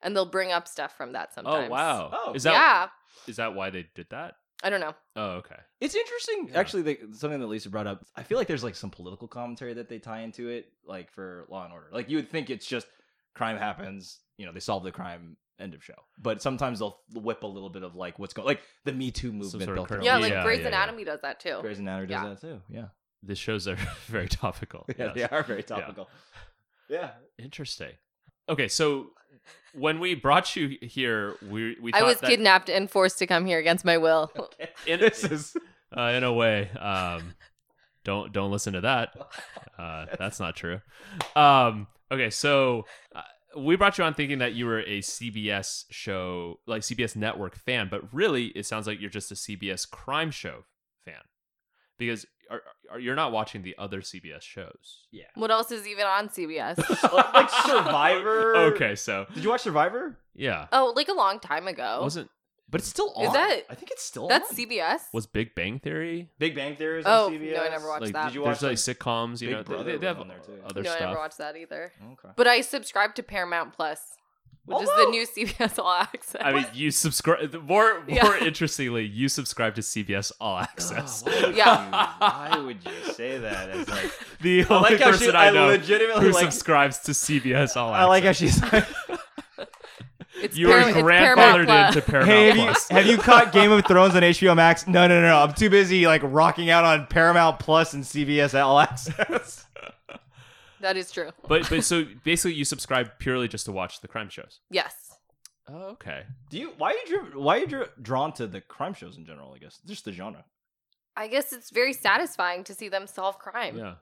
Speaker 2: And they'll bring up stuff from that sometimes.
Speaker 1: Oh wow.
Speaker 4: Oh,
Speaker 1: is that
Speaker 2: yeah.
Speaker 1: is that why they did that?
Speaker 2: I don't know.
Speaker 1: Oh okay.
Speaker 4: It's interesting,
Speaker 1: Yeah.
Speaker 4: actually. The, something that Lisa brought up. I feel like there's like some political commentary that they tie into it, like for Law and Order. Like you would think it's just crime happens, you know, they solve the crime, end of show. But sometimes they'll whip a little bit of like what's going, like the Me Too movement
Speaker 1: sort of
Speaker 4: built
Speaker 1: current-
Speaker 4: around.
Speaker 2: Yeah,
Speaker 4: it.
Speaker 2: like
Speaker 1: Oh, yeah,
Speaker 2: Grey's
Speaker 1: yeah, yeah.
Speaker 2: Anatomy does that too.
Speaker 4: Grey's Anatomy does
Speaker 2: Yeah.
Speaker 4: that too. Yeah,
Speaker 1: The shows are very topical.
Speaker 4: yeah,
Speaker 1: yes.
Speaker 4: they are very topical. Yeah,
Speaker 1: Interesting. Okay, so when we brought you here, we we
Speaker 2: I
Speaker 1: thought
Speaker 2: was
Speaker 1: that
Speaker 2: kidnapped and forced to come here against my will.
Speaker 1: in, uh, in a way. Um, don't don't listen to that. Uh, that's not true. Um, okay, so uh, we brought you on thinking that you were a CBS show, like CBS network fan, but really it sounds like you're just a CBS crime show fan because are, are, you're not watching the other CBS shows.
Speaker 4: yeah.
Speaker 2: what else is even on CBS?
Speaker 4: like Survivor.
Speaker 1: Okay, so
Speaker 4: Did you watch Survivor?
Speaker 1: yeah,
Speaker 2: oh, like a long time ago.
Speaker 4: Oh.
Speaker 1: wasn't
Speaker 4: But it's still on.
Speaker 2: Is that-
Speaker 4: I think it's still
Speaker 2: That's
Speaker 4: on.
Speaker 2: CBS?
Speaker 1: was Big Bang Theory?
Speaker 4: Big Bang Theory is
Speaker 2: Oh,
Speaker 4: on
Speaker 2: no, I
Speaker 4: CBS.
Speaker 2: never watched
Speaker 1: Like,
Speaker 2: that.
Speaker 4: Did you watch
Speaker 1: There's like
Speaker 4: like,
Speaker 1: sitcoms, you
Speaker 4: Big
Speaker 1: know, they-
Speaker 4: Brother
Speaker 1: they, they have
Speaker 4: was on there, too.
Speaker 1: other
Speaker 2: no,
Speaker 1: stuff.
Speaker 2: I never watched that either.
Speaker 4: Okay.
Speaker 2: But I subscribed to Paramount Plus, which is
Speaker 4: Although-
Speaker 2: the new CBS All Access.
Speaker 1: I mean, you subscribe. More, more
Speaker 2: Yeah.
Speaker 1: interestingly, you subscribe to CBS All
Speaker 4: Oh,
Speaker 1: Access.
Speaker 4: Ugh, why would
Speaker 1: Yeah.
Speaker 4: you- why would you say that? It's like,
Speaker 1: the
Speaker 4: I
Speaker 1: only
Speaker 4: like how
Speaker 1: person
Speaker 4: she,
Speaker 1: I
Speaker 4: I
Speaker 1: know
Speaker 4: legitimately
Speaker 1: who
Speaker 4: like.
Speaker 1: subscribes to CBS All Access.
Speaker 4: I like how she's like,
Speaker 2: it's
Speaker 1: you were
Speaker 2: Param- it's Paramount
Speaker 1: grandfathered
Speaker 2: Plus.
Speaker 1: into Paramount
Speaker 4: hey, have
Speaker 1: Plus.
Speaker 4: you, have you caught Game of Thrones on HBO Max? No, no, no, no. I'm too busy like rocking out on Paramount Plus and CBS All Access.
Speaker 2: That is true.
Speaker 1: but but so basically, you subscribe purely just to watch the crime shows.
Speaker 2: Yes.
Speaker 1: Oh, okay.
Speaker 4: Do you? Why are you? driv- Why are you drawn to the crime shows in general? I guess just the genre.
Speaker 2: I guess it's very satisfying to see them solve crime.
Speaker 1: Yeah,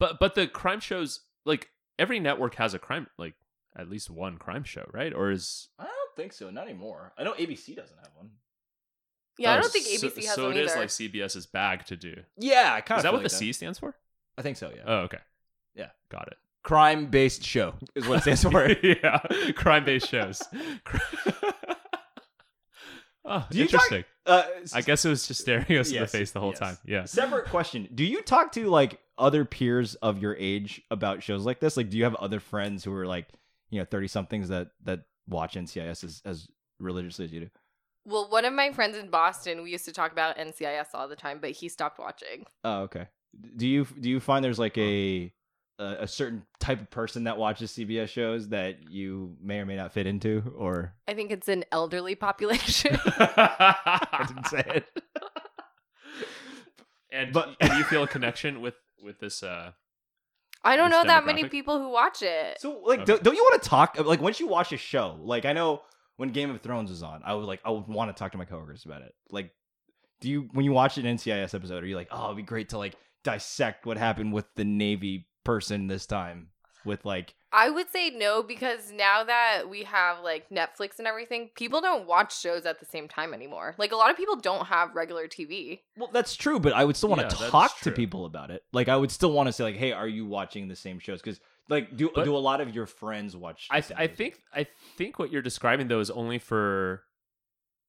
Speaker 1: but but the crime shows like every network has a crime like at least one crime show, right? Or is
Speaker 4: I don't think so. Not anymore. I know ABC doesn't have one.
Speaker 2: Yeah, I
Speaker 1: oh,
Speaker 2: don't think
Speaker 1: so-
Speaker 2: ABC has
Speaker 1: So
Speaker 2: one
Speaker 1: it is
Speaker 2: either.
Speaker 1: like CBS's bag to do.
Speaker 4: Yeah, I kind
Speaker 1: Is that what the C stands for?
Speaker 4: I think so. Yeah.
Speaker 1: Oh, okay.
Speaker 4: Yeah.
Speaker 1: got it.
Speaker 4: crime based Uh, show is what it stands for.
Speaker 1: yeah, crime based shows. oh,
Speaker 4: Do you talk-
Speaker 1: interesting.
Speaker 4: uh,
Speaker 1: I guess it was just staring us in the
Speaker 4: Yes,
Speaker 1: face the whole
Speaker 4: yes.
Speaker 1: time. Yeah.
Speaker 4: Separate question: Do you talk to like other peers of your age about shows like this? Like, do you have other friends who are like, you know, thirty somethings that that watch NCIS as, as religiously as you do?
Speaker 2: well, one of my friends in Boston, we used to talk about NCIS all the time, but he stopped watching.
Speaker 4: Oh, okay. Do you do you find there's like a a, a certain type of person that watches CBS shows that you may or may not fit into, or
Speaker 2: I think it's an elderly population.
Speaker 4: I didn't say it.
Speaker 1: and,
Speaker 4: But-
Speaker 1: and you feel a connection with with this? Uh,
Speaker 2: I don't
Speaker 1: This
Speaker 2: know that many
Speaker 1: demographic?
Speaker 2: people who watch it.
Speaker 4: So like,
Speaker 1: Okay.
Speaker 4: do, don't you want to talk? Like, once you watch a show, like I know when Game of Thrones was on, I was like, I would want to talk to my coworkers about it. Like, do you when you watch an NCIS episode, are you like, oh, it'd be great to like dissect what happened with the Navy person this time with like,
Speaker 2: I would say no because now that we have like Netflix and everything, people don't watch shows at the same time anymore. Like a lot of people don't have regular TV.
Speaker 4: well, that's true, but I would still want
Speaker 1: Yeah,
Speaker 4: to
Speaker 1: that's
Speaker 4: talk
Speaker 1: true.
Speaker 4: to people about it. Like, I would still want to say like, hey, are you watching the same shows? Because like, do
Speaker 1: But-
Speaker 4: do a lot of your friends watch?
Speaker 1: I
Speaker 4: the
Speaker 1: th-
Speaker 4: same
Speaker 1: I
Speaker 4: shows?
Speaker 1: think I think what you're describing though is only for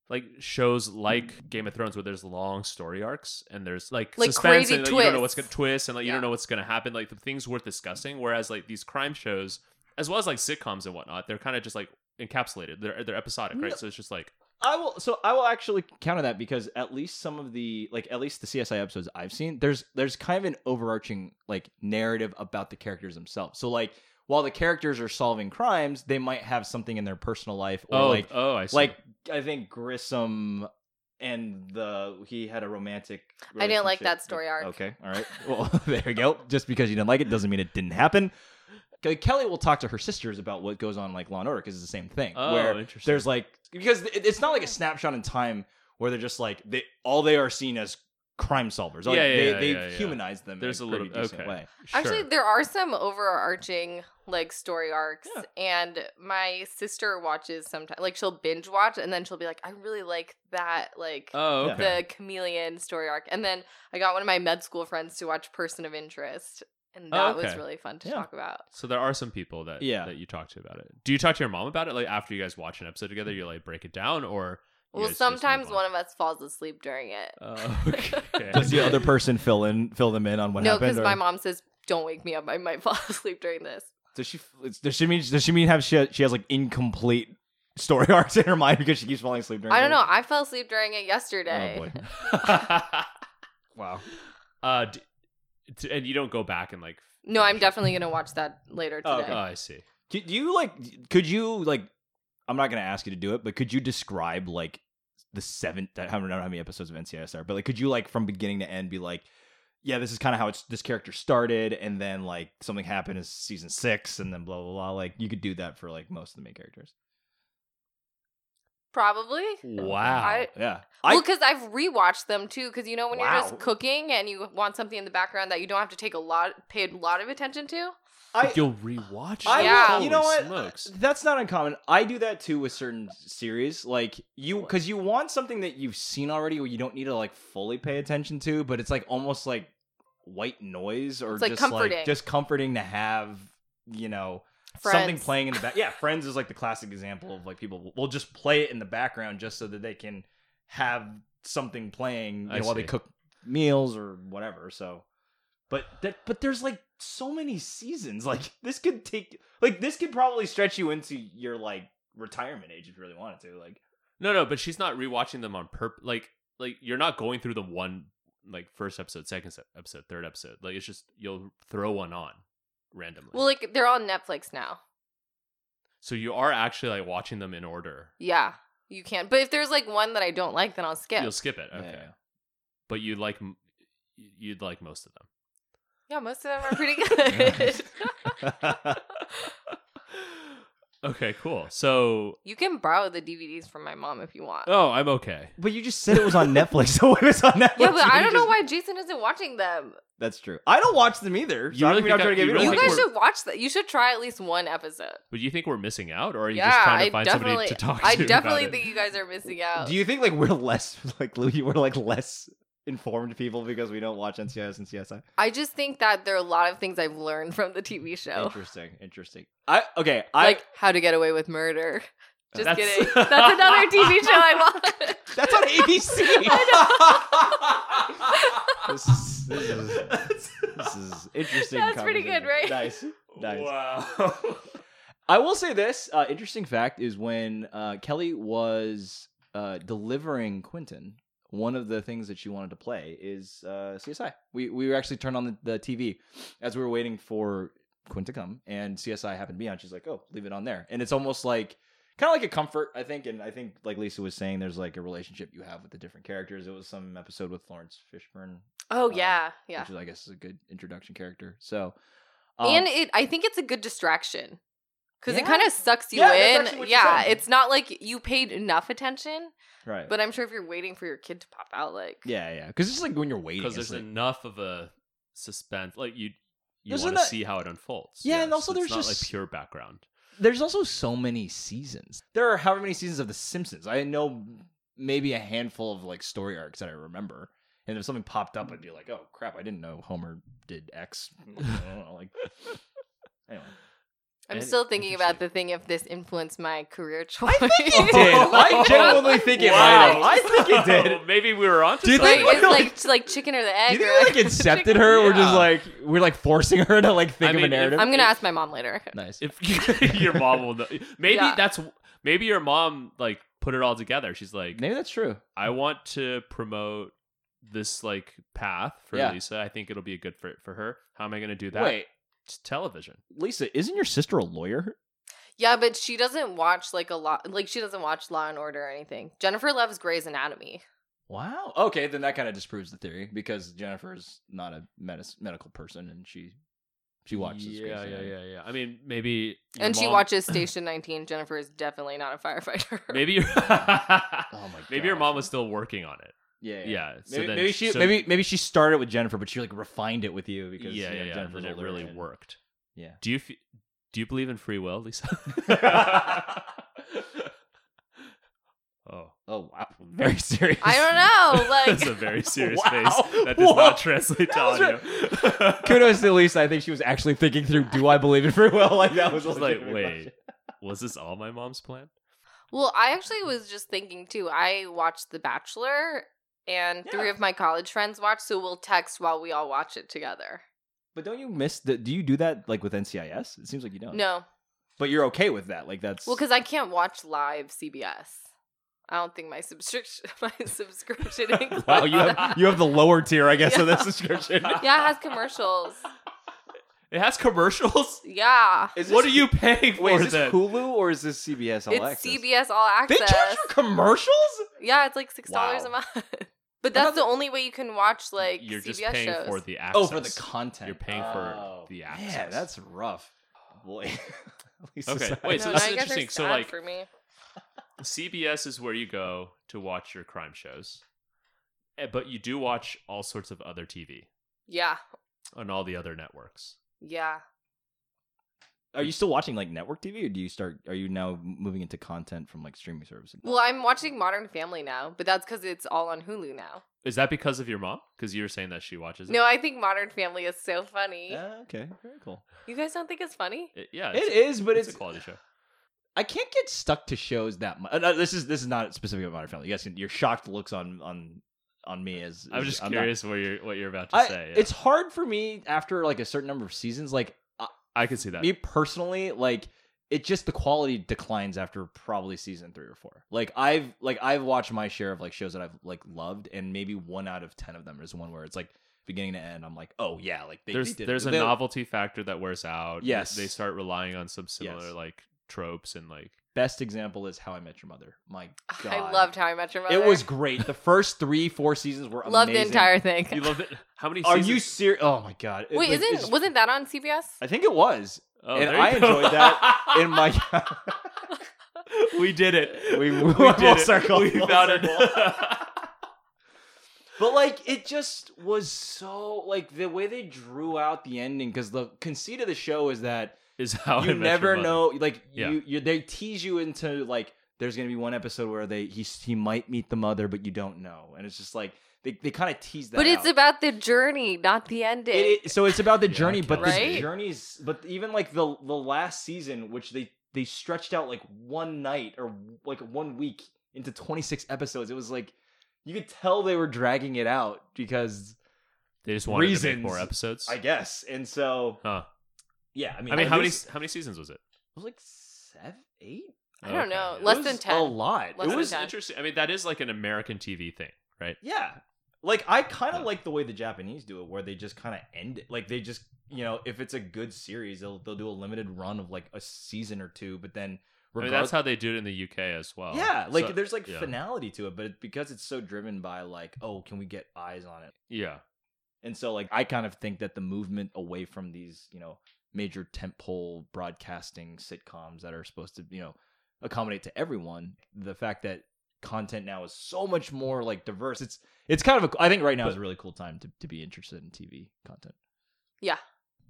Speaker 1: like shows like Game of Thrones where there's long story arcs and there's like,
Speaker 2: Like
Speaker 1: suspense
Speaker 2: crazy
Speaker 1: and like, you don't know what's gonna
Speaker 2: twists.
Speaker 1: twist and like you don't
Speaker 2: Yeah.
Speaker 1: know what's gonna happen. Like the things worth discussing. Whereas like these crime shows, as well as like sitcoms and whatnot, they're kind of just like encapsulated. They're they're episodic, right?
Speaker 4: No.
Speaker 1: So it's just like
Speaker 4: I will. So I will actually counter that because at least some of the like at least the CSI episodes I've seen, there's there's kind of an overarching like narrative about the characters themselves. So like while the characters are solving crimes, they might have something in their personal life or
Speaker 1: oh
Speaker 4: like
Speaker 1: oh I see.
Speaker 4: like I think Grissom and the he had a romantic.
Speaker 2: I didn't like
Speaker 4: relationship
Speaker 2: that story
Speaker 4: with-
Speaker 2: arc.
Speaker 4: Okay, all right. Well, there you go. Just because you didn't like it doesn't mean it didn't happen. Ke- Kelly will talk to her sisters about what goes on like Law and Order because it's the same thing.
Speaker 1: Oh,
Speaker 4: where
Speaker 1: interesting.
Speaker 4: There's like because it- it's not like a snapshot in time where they're just like they all they are seen as crime solvers. Like,
Speaker 1: Yeah, yeah,
Speaker 4: they
Speaker 1: yeah,
Speaker 4: they
Speaker 1: yeah, yeah.
Speaker 4: humanize them.
Speaker 1: There's
Speaker 4: in
Speaker 1: a
Speaker 4: a,
Speaker 1: little-
Speaker 4: pretty decent
Speaker 1: okay.
Speaker 4: way.
Speaker 2: Actually,
Speaker 1: Sure.
Speaker 2: there are some overarching like story arcs,
Speaker 4: Yeah.
Speaker 2: and my sister watches sometimes. Like she'll binge watch, and then she'll be like, "I really like that." Like.
Speaker 1: oh
Speaker 4: Yeah.
Speaker 1: okay.
Speaker 2: The chameleon story arc. And then I got one of my med school friends to watch Person of Interest. and
Speaker 1: Oh,
Speaker 2: that was
Speaker 1: okay.
Speaker 2: really fun to
Speaker 4: Yeah.
Speaker 2: talk about.
Speaker 1: So there are some people that
Speaker 4: Yeah.
Speaker 1: that you talk to about it. Do you talk to your mom about it? Like after you guys watch an episode together, you like break it down, or you
Speaker 2: Well,
Speaker 1: guys just move
Speaker 2: sometimes
Speaker 1: on?
Speaker 2: one of us falls asleep during it.
Speaker 1: Oh, okay.
Speaker 4: Does the other person fill in fill them in on what
Speaker 2: no,
Speaker 4: happened?
Speaker 2: because my
Speaker 4: or-
Speaker 2: mom says, "Don't wake me up. I might fall asleep during this."
Speaker 4: Does she it's- does she mean does she mean have she she has like incomplete story arcs in her mind because she keeps falling asleep during
Speaker 2: I don't
Speaker 4: it?
Speaker 2: know. I fell asleep during it yesterday.
Speaker 4: Oh boy. wow.
Speaker 1: uh, d- d- and you don't go back and like.
Speaker 2: No, I'm
Speaker 1: finish it?
Speaker 2: definitely gonna watch that later today.
Speaker 4: Oh, okay.
Speaker 1: Oh, I see.
Speaker 4: Do, do you like? Could you like? I'm not gonna ask you to do it, but could you describe like the seven? I don't know how many episodes of NCIS are, but like, could you like from beginning to end be like, yeah, this is kind of how it's this character started, and then like something happened in season six, and then blah blah blah. Like you could do that for like most of the main characters.
Speaker 2: Probably.
Speaker 1: Wow.
Speaker 2: I-
Speaker 4: Yeah.
Speaker 2: Well,
Speaker 4: I
Speaker 2: because I've rewatched them too. Because you know when you're
Speaker 4: Wow.
Speaker 2: just cooking and you want something in the background that you don't have to take a lot, pay a lot of attention to.
Speaker 4: I,
Speaker 1: You'll rewatch.
Speaker 4: I
Speaker 1: it?
Speaker 2: Yeah.
Speaker 1: Holy
Speaker 4: you know what?
Speaker 1: Smokes.
Speaker 4: That's not uncommon. I do that too with certain series, like you, because you want something that you've seen already, or you don't need to like fully pay attention to. But it's like almost like white noise, or
Speaker 2: It's, like,
Speaker 4: just
Speaker 2: comforting.
Speaker 4: like just comforting to have, you know,
Speaker 2: Friends.
Speaker 4: something playing in the back. yeah, Friends is like the classic example of like people will just play it in the background just so that they can have something playing you
Speaker 1: I
Speaker 4: know, while they
Speaker 1: see.
Speaker 4: cook meals or whatever. So, but that but there's like so many seasons. Like this could take like this could probably stretch you into your like retirement age if you really wanted to. Like
Speaker 1: No, no, but she's not rewatching them on purpose. Like, like you're not going through them one, like first episode, second se- episode, third episode. Like it's just you'll throw one on randomly.
Speaker 2: Well, like they're on Netflix now.
Speaker 1: so you are actually like watching them in order.
Speaker 2: Yeah, you can. But if there's like one that I don't like, then I'll skip.
Speaker 1: You'll skip it, okay?
Speaker 4: Yeah.
Speaker 1: But you like m- you'd like most of them.
Speaker 2: yeah, most of them are pretty good.
Speaker 1: Okay, cool. So,
Speaker 2: you can borrow the DVDs from my mom if you want.
Speaker 1: oh, I'm okay.
Speaker 4: But you just said it was on Netflix, so if it's on Netflix.
Speaker 2: yeah, but
Speaker 4: you
Speaker 2: I don't know
Speaker 4: just-
Speaker 2: why Jason isn't watching them.
Speaker 4: That's true. I don't watch them either. So
Speaker 1: You
Speaker 4: I
Speaker 1: really think
Speaker 4: don't even have
Speaker 1: I-
Speaker 4: to give
Speaker 1: you
Speaker 4: you
Speaker 1: really
Speaker 2: You
Speaker 1: think
Speaker 2: guys
Speaker 1: we're-
Speaker 2: should watch that. You should try at least one episode.
Speaker 1: But you think we're missing out, or are you
Speaker 2: yeah,
Speaker 1: just trying
Speaker 2: I
Speaker 1: to find
Speaker 2: definitely,
Speaker 1: somebody to talk to?
Speaker 2: I
Speaker 1: about
Speaker 2: definitely
Speaker 1: it?
Speaker 2: think you guys are missing out.
Speaker 4: Do you think like we're less like Louis, we're like less informed people because we don't watch NCIS and CSI?
Speaker 2: I just think that there are a lot of things I've learned from the TV show,
Speaker 4: Interesting, interesting. I okay, I
Speaker 2: Oh. like how to get away with murder. Just
Speaker 1: That's-
Speaker 2: kidding. That's another TV show I watch.
Speaker 4: that's on ABC. this is this is this is interesting.
Speaker 2: That's pretty good,
Speaker 4: conversation.
Speaker 2: right?
Speaker 4: Nice, nice.
Speaker 1: Wow.
Speaker 4: I will say this uh, interesting fact is when uh, Kelly was uh, delivering Quentin, one of the things that she wanted to play is uh, CSI. We we were actually turned on the, the TV as we were waiting for Quint to come, and CSI happened to be on. She's like, "Oh, leave it on there," and it's almost like kind of like a comfort, I think. And I think like Lisa was saying, there's like a relationship you have with the different characters. It was some episode with Lawrence Fishburne,
Speaker 2: Oh
Speaker 4: Uh,
Speaker 2: yeah, yeah.
Speaker 4: which is, I guess is a good introduction character. So. um,
Speaker 2: and it, I think it's a good distraction because it
Speaker 4: Yeah.
Speaker 2: kind of sucks you
Speaker 4: Yeah, that's actually
Speaker 2: in.
Speaker 4: what you
Speaker 2: Yeah,
Speaker 4: said.
Speaker 2: it's not like you paid enough attention,
Speaker 4: right.
Speaker 2: but I'm sure if you're waiting for your kid to pop out, like
Speaker 4: yeah, yeah, because it's like when you're waiting.
Speaker 1: Because
Speaker 4: it's
Speaker 1: there's
Speaker 4: like-
Speaker 1: enough of a suspense. Like you, you
Speaker 4: There's
Speaker 1: want to
Speaker 4: enough-
Speaker 1: see how it unfolds.
Speaker 4: Yeah, and also
Speaker 1: it's
Speaker 4: there's
Speaker 1: not
Speaker 4: just-
Speaker 1: like pure background.
Speaker 4: there's also so many seasons. There are however many seasons of The Simpsons. I know maybe a handful of like story arcs that I remember. And if something popped up, I'd be like, "Oh crap! I didn't know Homer did X." I don't know, like, anyway.
Speaker 2: I'm
Speaker 1: And-
Speaker 2: still thinking about
Speaker 1: interesting.
Speaker 2: the thing if this influenced my career choice. I
Speaker 4: it did. I genuinely think it
Speaker 2: Wow.
Speaker 4: might have. I think it did.
Speaker 1: Maybe we were onto
Speaker 4: Do you
Speaker 2: Like,
Speaker 1: something.
Speaker 4: think-
Speaker 2: it's like it's like chicken or the egg.
Speaker 4: Do you
Speaker 2: or
Speaker 4: think we, like
Speaker 2: chicken-
Speaker 4: incepted her? We're just
Speaker 1: Yeah.
Speaker 4: like we're like forcing her to like think
Speaker 1: I
Speaker 4: of a
Speaker 1: mean, if-
Speaker 4: narrative.
Speaker 2: I'm gonna ask my mom later.
Speaker 4: nice.
Speaker 1: if your mom will know. Maybe
Speaker 2: Yeah.
Speaker 1: that's maybe your mom like put it all together. She's like,
Speaker 4: Maybe that's true.
Speaker 1: I want to promote this like path for
Speaker 4: Yeah.
Speaker 1: Lisa. I think it'll be a good for for her. How am I going to do that?
Speaker 4: Wait,
Speaker 1: It's television.
Speaker 4: Lisa, isn't your sister a lawyer?
Speaker 2: Yeah, but she doesn't watch like a lot. Like she doesn't watch Law and Order or anything. Jennifer loves Grey's Anatomy.
Speaker 4: Wow. Okay, then that kind of disproves the theory because Jennifer's not a medis- medical person and she she watches.
Speaker 1: Yeah,
Speaker 4: Grey's
Speaker 1: yeah,
Speaker 4: Anatomy.
Speaker 1: yeah, yeah. I mean, maybe your
Speaker 2: and she
Speaker 1: mom-
Speaker 2: watches Station 19. Jennifer is definitely not a firefighter.
Speaker 1: Maybe your maybe
Speaker 4: Oh my.
Speaker 1: your
Speaker 4: gosh.
Speaker 1: mom was still working on it.
Speaker 4: Yeah.
Speaker 1: Yeah.
Speaker 4: yeah.
Speaker 1: so
Speaker 4: maybe,
Speaker 1: then
Speaker 4: maybe she
Speaker 1: so-
Speaker 4: maybe maybe she started with Jennifer, but she like refined it with you because
Speaker 1: yeah,
Speaker 4: you know,
Speaker 1: yeah, yeah. and
Speaker 4: Jennifer's
Speaker 1: Then it
Speaker 4: older
Speaker 1: really
Speaker 4: and-
Speaker 1: worked.
Speaker 4: Yeah.
Speaker 1: Do you f- do you believe in free will, Lisa? Oh,
Speaker 4: Oh wow, very serious.
Speaker 2: I don't know.
Speaker 1: that's
Speaker 2: Like
Speaker 1: a very serious
Speaker 4: Wow.
Speaker 1: face. That does
Speaker 4: Whoa.
Speaker 1: not translate to
Speaker 4: That was
Speaker 1: audio.
Speaker 4: Kudos to Lisa. I think she was actually thinking through. Do I believe it very well? Like that was
Speaker 1: Just
Speaker 4: a
Speaker 1: like,
Speaker 4: legitimate
Speaker 1: wait.
Speaker 4: question.
Speaker 1: Was this all my mom's plan?
Speaker 2: Well, I actually was just thinking too. I watched The Bachelor and three
Speaker 4: Yeah.
Speaker 2: of my college friends watched, so we'll text while we all watch it together.
Speaker 4: But don't you miss? The, do you do that like with NCIS? It seems like you don't.
Speaker 2: No.
Speaker 4: But you're okay with that. Like that's
Speaker 2: Well, cuz I can't watch live CBS. I don't think my subscription my subscription includes
Speaker 4: wow. You
Speaker 2: that.
Speaker 4: have you have the lower tier, I guess, of
Speaker 2: Yeah.
Speaker 4: this subscription.
Speaker 2: Yeah, it has commercials.
Speaker 1: It has commercials.
Speaker 2: Yeah.
Speaker 4: Is
Speaker 1: What are
Speaker 4: this-
Speaker 1: you paying for?
Speaker 4: Wait, is this
Speaker 1: then?
Speaker 4: Hulu or is this CBS All
Speaker 2: it's
Speaker 4: Access?
Speaker 2: CBS All
Speaker 4: They
Speaker 2: Access.
Speaker 4: charge for commercials.
Speaker 2: yeah, it's like $6 a
Speaker 4: Wow.
Speaker 2: month. But
Speaker 4: I
Speaker 2: that's
Speaker 4: thought
Speaker 2: the only way you can watch like
Speaker 1: You're
Speaker 2: CBS
Speaker 1: just paying
Speaker 2: shows.
Speaker 1: for the access.
Speaker 4: Oh, for the content.
Speaker 1: You're paying
Speaker 4: Oh.
Speaker 1: for the access.
Speaker 4: Yeah, that's rough. Boy. Lisa
Speaker 1: Okay,
Speaker 4: sighed.
Speaker 1: wait,
Speaker 2: no,
Speaker 1: so
Speaker 2: now
Speaker 1: this is
Speaker 2: you guys are
Speaker 1: interesting. So,
Speaker 2: sad
Speaker 1: like-
Speaker 2: for me.
Speaker 1: CBS is where you go to watch your crime shows, Eh, but you do watch all sorts of other TV
Speaker 2: Yeah.
Speaker 1: on all the other networks.
Speaker 2: Yeah.
Speaker 4: Are you still watching like network TV, or do you start? Are you now moving into content from like streaming services?
Speaker 2: Well, I'm watching Modern Family now, but that's because it's all on Hulu now.
Speaker 1: Is that because of your mom? Because you were saying that she watches it.
Speaker 2: No, I think Modern Family is so funny.
Speaker 4: Ah, okay, very cool.
Speaker 2: You guys don't think it's funny?
Speaker 1: It- Eh, yeah,
Speaker 4: It
Speaker 1: it's,
Speaker 4: is, but
Speaker 1: it's
Speaker 4: it's,
Speaker 1: a quality show.
Speaker 4: I can't get stuck to shows that much. this is this is not specific about Modern Family. You guys, can, your shocked looks on on on me is.
Speaker 1: I'm
Speaker 4: is-
Speaker 1: just
Speaker 4: not-
Speaker 1: curious what you're what you're about to
Speaker 4: I-
Speaker 1: say. yeah.
Speaker 4: It's hard for me after like a certain number of seasons. Like uh,
Speaker 1: I can see that.
Speaker 4: me personally, like it just the quality declines after probably season three or four. Like I've like I've watched my share of like shows that I've like loved, and maybe one out of ten of them is one where it's like beginning to end. I'm like, oh yeah, like they,
Speaker 1: there's
Speaker 4: they did it.
Speaker 1: there's a
Speaker 4: They-
Speaker 1: novelty factor that wears out. They-
Speaker 4: Yes.
Speaker 1: they start relying on some similar
Speaker 4: Yes.
Speaker 1: like tropes and like
Speaker 4: Best example is How I Met Your Mother. My God,
Speaker 2: I loved How I Met Your Mother.
Speaker 4: It was great. The first three, four seasons were
Speaker 2: Love the
Speaker 4: amazing.
Speaker 2: entire thing.
Speaker 1: you love it. How many?
Speaker 4: Are
Speaker 1: seasons?
Speaker 4: you serious? Oh my god! It-
Speaker 2: Wait,
Speaker 4: like,
Speaker 2: isn't
Speaker 4: it's-
Speaker 2: wasn't that on CBS?
Speaker 4: I think it was
Speaker 1: Oh,
Speaker 4: and
Speaker 1: there you
Speaker 4: I
Speaker 1: go.
Speaker 4: enjoyed that in my.
Speaker 1: we did it.
Speaker 4: We-
Speaker 1: did
Speaker 4: full
Speaker 1: it.
Speaker 4: circle,
Speaker 1: We
Speaker 4: full
Speaker 1: found it.
Speaker 4: circle. but like, it just was so like the way they drew out the ending because the conceit of the show is that
Speaker 1: Is how I
Speaker 4: you
Speaker 1: Met Your
Speaker 4: never
Speaker 1: Mother.
Speaker 4: know. Like
Speaker 1: Yeah.
Speaker 4: you, you, they tease you into like there's gonna be one episode where they he he might meet the mother, but you don't know, and it's just like they they kind of tease that.
Speaker 2: But it's
Speaker 4: out.
Speaker 2: about the journey, not the ending.
Speaker 4: It, it- so it's about the
Speaker 1: Yeah,
Speaker 4: journey,
Speaker 1: okay.
Speaker 4: but the
Speaker 2: Right?
Speaker 4: journey's but even like the the last season, which they they stretched out like one night or like one week into twenty six episodes. It was like you could tell they were dragging it out because
Speaker 1: They just wanted to make
Speaker 4: Reasons.
Speaker 1: more episodes.
Speaker 4: I guess, and so
Speaker 1: Huh.
Speaker 4: yeah, I mean,
Speaker 1: I mean, how many
Speaker 4: It
Speaker 1: how many seasons was it?
Speaker 4: was like seven, eight.
Speaker 2: I don't know.
Speaker 1: yeah.
Speaker 4: It
Speaker 2: Less
Speaker 4: was
Speaker 2: than 10.
Speaker 4: A
Speaker 2: Less
Speaker 4: lot. it
Speaker 1: it
Speaker 2: than
Speaker 1: was
Speaker 2: 10.
Speaker 1: interesting. I mean, that is like an American TV thing, right?
Speaker 4: Yeah. Like I kind of
Speaker 1: Yeah.
Speaker 4: like the way the Japanese do it, where they just kind of end it. Like they just, you know, if it's a good series, they'll they'll do a limited run of like a season or two, but then
Speaker 1: I mean,
Speaker 4: regardless,
Speaker 1: that's how they do it in the UK as well.
Speaker 4: yeah, like
Speaker 1: So-
Speaker 4: there's like
Speaker 1: yeah.
Speaker 4: finality to it, but it, because it's so driven by like, oh, can we get eyes on it?
Speaker 1: yeah.
Speaker 4: And so like I kind of think that the movement away from these, you know, major tentpole broadcasting sitcoms that are supposed to, you know, accommodate to everyone, the fact that content now is so much more like diverse. It's it's kind of a I think right now is a really cool time to to be interested in TV content.
Speaker 2: Yeah.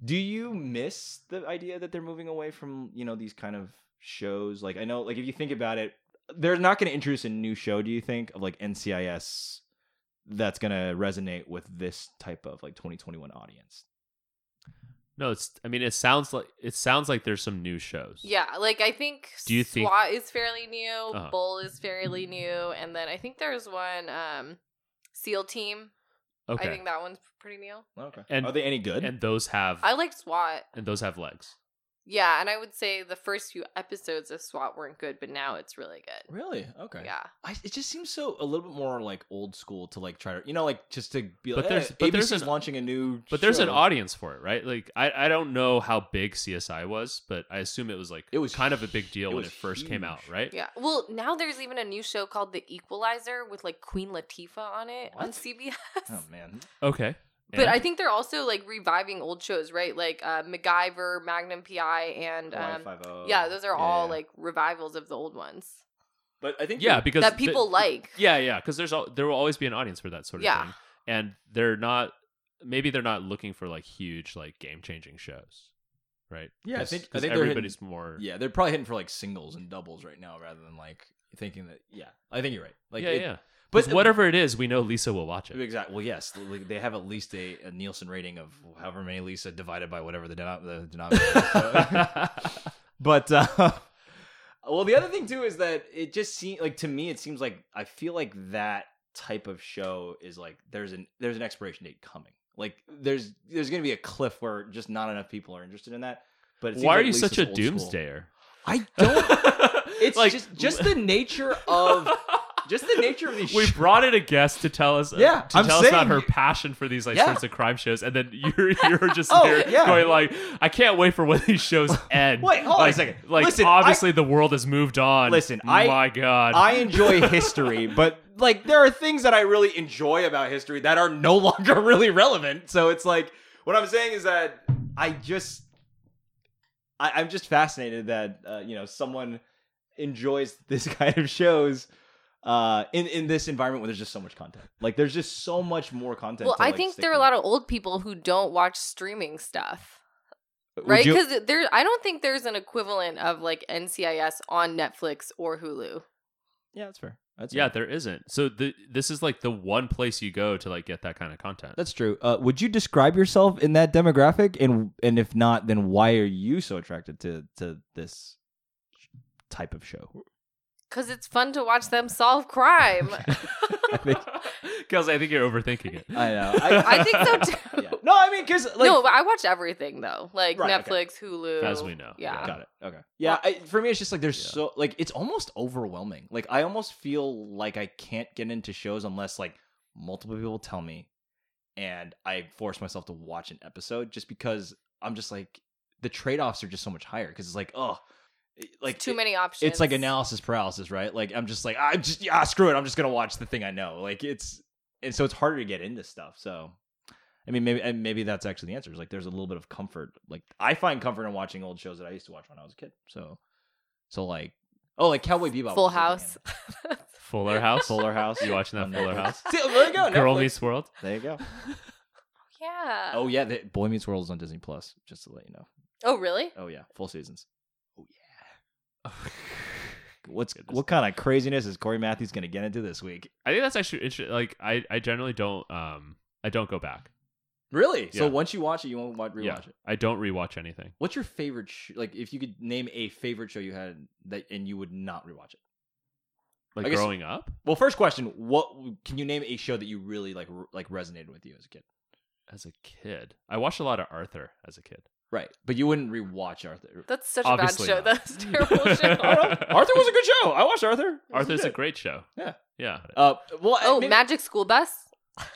Speaker 4: Do you miss the idea that they're moving away from, you know, these kind of shows? Like I know like if you think about it, they're not going to introduce a new show, do you think, of like NCIS that's going to resonate with this type of like 2021 audience.
Speaker 1: No, it's. I mean, it sounds like it sounds like there's some new shows.
Speaker 2: Yeah, like I think
Speaker 1: Do you think-
Speaker 2: SWAT is fairly new,
Speaker 1: Uh-huh.
Speaker 2: Bull is fairly new, and then I think there's one um SEAL team.
Speaker 1: Okay.
Speaker 2: I think that one's pretty new.
Speaker 4: Okay.
Speaker 1: And-
Speaker 4: Are they any good?
Speaker 1: and those have
Speaker 2: I liked SWAT.
Speaker 1: and those have legs.
Speaker 2: Yeah, and I would say the first few episodes of SWAT weren't good, but now it's really good.
Speaker 4: really? Okay.
Speaker 2: Yeah.
Speaker 4: I, it just seems so a little bit more like old school to like try to you know like just to be like
Speaker 1: But
Speaker 4: but
Speaker 1: there's-
Speaker 4: there's,
Speaker 1: but there's
Speaker 4: ABC's
Speaker 1: an-
Speaker 4: launching a new
Speaker 1: But there's an
Speaker 4: show."
Speaker 1: audience for it, right? Like I, I don't know how big CSI was, but I assume it was like
Speaker 4: It was
Speaker 1: kind of a big deal
Speaker 4: hu- it
Speaker 1: when it
Speaker 4: was
Speaker 1: first came out,
Speaker 4: huge.
Speaker 1: right?
Speaker 2: Yeah. Well, now there's even a new show called The Equalizer with like Queen Latifah on it on
Speaker 4: What?
Speaker 2: CBS.
Speaker 4: Oh man.
Speaker 1: Okay.
Speaker 2: But I think they're also like reviving old shows, right? Like uh, MacGyver, Magnum PI, and
Speaker 4: Hawaii
Speaker 2: um,
Speaker 4: Five-O.
Speaker 2: yeah, those are all
Speaker 4: oh, yeah.
Speaker 2: like revivals of the old ones.
Speaker 4: But I think
Speaker 1: yeah,
Speaker 4: they-
Speaker 1: because
Speaker 2: that
Speaker 1: th-
Speaker 2: people like.
Speaker 1: Yeah, yeah, because there's al- there will always be an audience for that sort of
Speaker 2: Yeah.
Speaker 1: thing, and they're not maybe they're not looking for like huge like game changing shows, right?
Speaker 4: Yeah, I
Speaker 1: 'Cause-
Speaker 4: think- I
Speaker 1: 'cause
Speaker 4: think they're hitting-
Speaker 1: everybody's more.
Speaker 4: yeah, they're probably hitting for like singles and doubles right now rather than like thinking that yeah, I think you're right. Like
Speaker 1: yeah,
Speaker 4: it-
Speaker 1: yeah.
Speaker 4: But
Speaker 1: But whatever it is, we know Lisa will watch it.
Speaker 4: Exactly. Well, yes, like, they have at least a, a Nielsen rating of however many Lisa divided by whatever the, denom- the denominator. is. So- but uh, well, the other thing too is that it just seems like to me it seems like I feel like that type of show is like there's an there's an expiration date coming. Like there's there's gonna be a cliff where just not enough people are interested in that. But it seems
Speaker 1: Why are
Speaker 4: like
Speaker 1: you
Speaker 4: Lisa's
Speaker 1: such a
Speaker 4: old school.
Speaker 1: doomsdayer?
Speaker 4: I don't. It's
Speaker 1: Like-
Speaker 4: just just the nature of just the nature of these.
Speaker 1: We
Speaker 4: shows.
Speaker 1: brought in a guest to tell us,
Speaker 4: Yeah,
Speaker 1: to
Speaker 4: I'm
Speaker 1: tell us about
Speaker 4: saying-
Speaker 1: her passion for these like
Speaker 4: Yeah.
Speaker 1: sorts of crime shows, and then you're you're just
Speaker 4: Oh,
Speaker 1: there
Speaker 4: yeah.
Speaker 1: going like, I can't wait for when these shows end.
Speaker 4: Wait, hold on a
Speaker 1: like,
Speaker 4: second.
Speaker 1: Like
Speaker 4: Listen, I-
Speaker 1: obviously the world has moved on.
Speaker 4: Listen, I-
Speaker 1: my God,
Speaker 4: I enjoy history, but like there are things that I really enjoy about history that are no longer really relevant. So it's like what I'm saying is that I just I, I'm just fascinated that uh, you know someone enjoys this kind of shows uh in in this environment where there's just so much content like there's just so much more content
Speaker 2: Well,
Speaker 4: to,
Speaker 2: I
Speaker 4: like,
Speaker 2: think
Speaker 4: stick
Speaker 2: there are a
Speaker 4: to.
Speaker 2: lot of old people who don't watch streaming stuff,
Speaker 4: Would
Speaker 2: right?
Speaker 4: you-
Speaker 2: Because there, I don't think there's an equivalent of like NCIS on Netflix or Hulu.
Speaker 4: yeah that's fair that's
Speaker 1: yeah,
Speaker 4: fair.
Speaker 1: there isn't. So the, this is like the one place you go to like get that kind of content.
Speaker 4: that's true uh would you describe yourself in that demographic and and if not then why are you so attracted to to this type of show
Speaker 2: Because it's fun to watch them solve crime.
Speaker 1: Kelsey, I think you're overthinking it.
Speaker 4: I know. I-
Speaker 2: I think so too.
Speaker 4: Yeah. No, I mean, because like,
Speaker 2: no, but I watch everything though, like
Speaker 4: Right, okay.
Speaker 2: Netflix, Hulu,
Speaker 1: As we know,
Speaker 2: Yeah.
Speaker 4: got it. Okay. Yeah, I, for me, it's just like there's
Speaker 1: Yeah.
Speaker 4: so like it's almost overwhelming. Like I almost feel like I can't get into shows unless like multiple people tell me, and I force myself to watch an episode just because I'm just like the trade offs are just so much higher because it's like oh, it- like
Speaker 2: too
Speaker 4: it-
Speaker 2: many options.
Speaker 4: It's like analysis paralysis, right? Like I'm just like I just yeah, screw it. I'm just gonna watch the thing I know. Like it's and so it's harder to get into stuff. So I mean, maybe and maybe that's actually the answer. Is like there's a little bit of comfort. Like I find comfort in watching old shows that I used to watch when I was a kid. So so like oh like Cowboy Bebop,
Speaker 2: Full
Speaker 4: was, like, an
Speaker 2: House.
Speaker 1: Fuller House,
Speaker 4: anime. Fuller House.
Speaker 1: You watching that
Speaker 4: on
Speaker 1: Fuller
Speaker 4: Netflix.
Speaker 1: House?
Speaker 4: See, there you go.
Speaker 1: Girl
Speaker 4: Netflix.
Speaker 1: Meets World.
Speaker 4: There you go.
Speaker 2: yeah.
Speaker 4: Oh
Speaker 2: Oh.
Speaker 4: yeah, the Boy Meets World is on Disney Plus. Just to let you know.
Speaker 2: really?
Speaker 4: Oh yeah, full seasons. Oh yeah. What's what kind of craziness is Corey Matthews gonna get into this week?
Speaker 1: I think that's actually interesting. Like I, I generally don't um I don't go back.
Speaker 4: Really? So
Speaker 1: Yeah.
Speaker 4: once you watch it, you won't watch, rewatch
Speaker 1: yeah,
Speaker 4: it.
Speaker 1: I don't rewatch anything.
Speaker 4: What's your favorite? Sh- like, if you could name a favorite show you had that, and you would not rewatch it. I
Speaker 1: Like
Speaker 4: guess-
Speaker 1: growing up,
Speaker 4: Well, first question: What can you name a show that you really like? r like resonated with you as a kid,
Speaker 1: as a kid, I watched a lot of Arthur as a kid.
Speaker 4: right? But you wouldn't rewatch Arthur. er,
Speaker 2: That's such
Speaker 1: Obviously
Speaker 2: a
Speaker 1: not.
Speaker 2: bad show. That's a terrible show.
Speaker 4: Arthur was a good show. I watched Arthur. It was
Speaker 1: Arthur's a
Speaker 4: good.
Speaker 1: great show.
Speaker 4: Yeah.
Speaker 1: yeah,
Speaker 4: Uh, well,
Speaker 2: oh,
Speaker 4: maybe-
Speaker 2: Magic School Bus.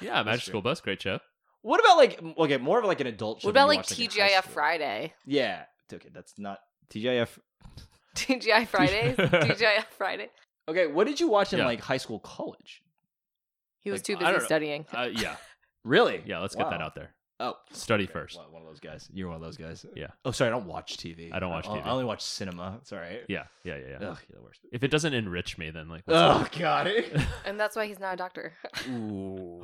Speaker 1: yeah. Magic
Speaker 4: true.
Speaker 1: School Bus, great show.
Speaker 4: What about like m- okay, more of like an adult show?
Speaker 2: What
Speaker 4: that
Speaker 2: about
Speaker 4: you
Speaker 2: like
Speaker 4: watched, in high
Speaker 2: TGIF
Speaker 4: school?
Speaker 2: Friday?
Speaker 4: Yeah. Okay, that's not TGIF.
Speaker 2: TGI Fridays. TGI Friday.
Speaker 4: Okay, what did you watch in
Speaker 1: Yeah.
Speaker 4: like high school, college?
Speaker 2: He was
Speaker 1: Like,
Speaker 2: too
Speaker 1: I don't
Speaker 2: busy
Speaker 1: know.
Speaker 2: studying.
Speaker 1: Uh, yeah,
Speaker 4: Really?
Speaker 1: yeah. Let's get that out there.
Speaker 4: Oh,
Speaker 1: Study
Speaker 4: okay.
Speaker 1: first.
Speaker 4: One- One of those guys. You're one of those guys.
Speaker 1: Yeah.
Speaker 4: Oh, sorry. I don't watch TV.
Speaker 1: I don't watch
Speaker 4: I,
Speaker 1: TV.
Speaker 4: I only watch cinema. It's all right.
Speaker 1: Yeah, yeah, yeah, yeah.
Speaker 4: Ugh, you're the worst.
Speaker 1: If it doesn't enrich me, then like, what's
Speaker 4: Oh, got it.
Speaker 2: and that's why he's not a doctor.
Speaker 4: Ooh.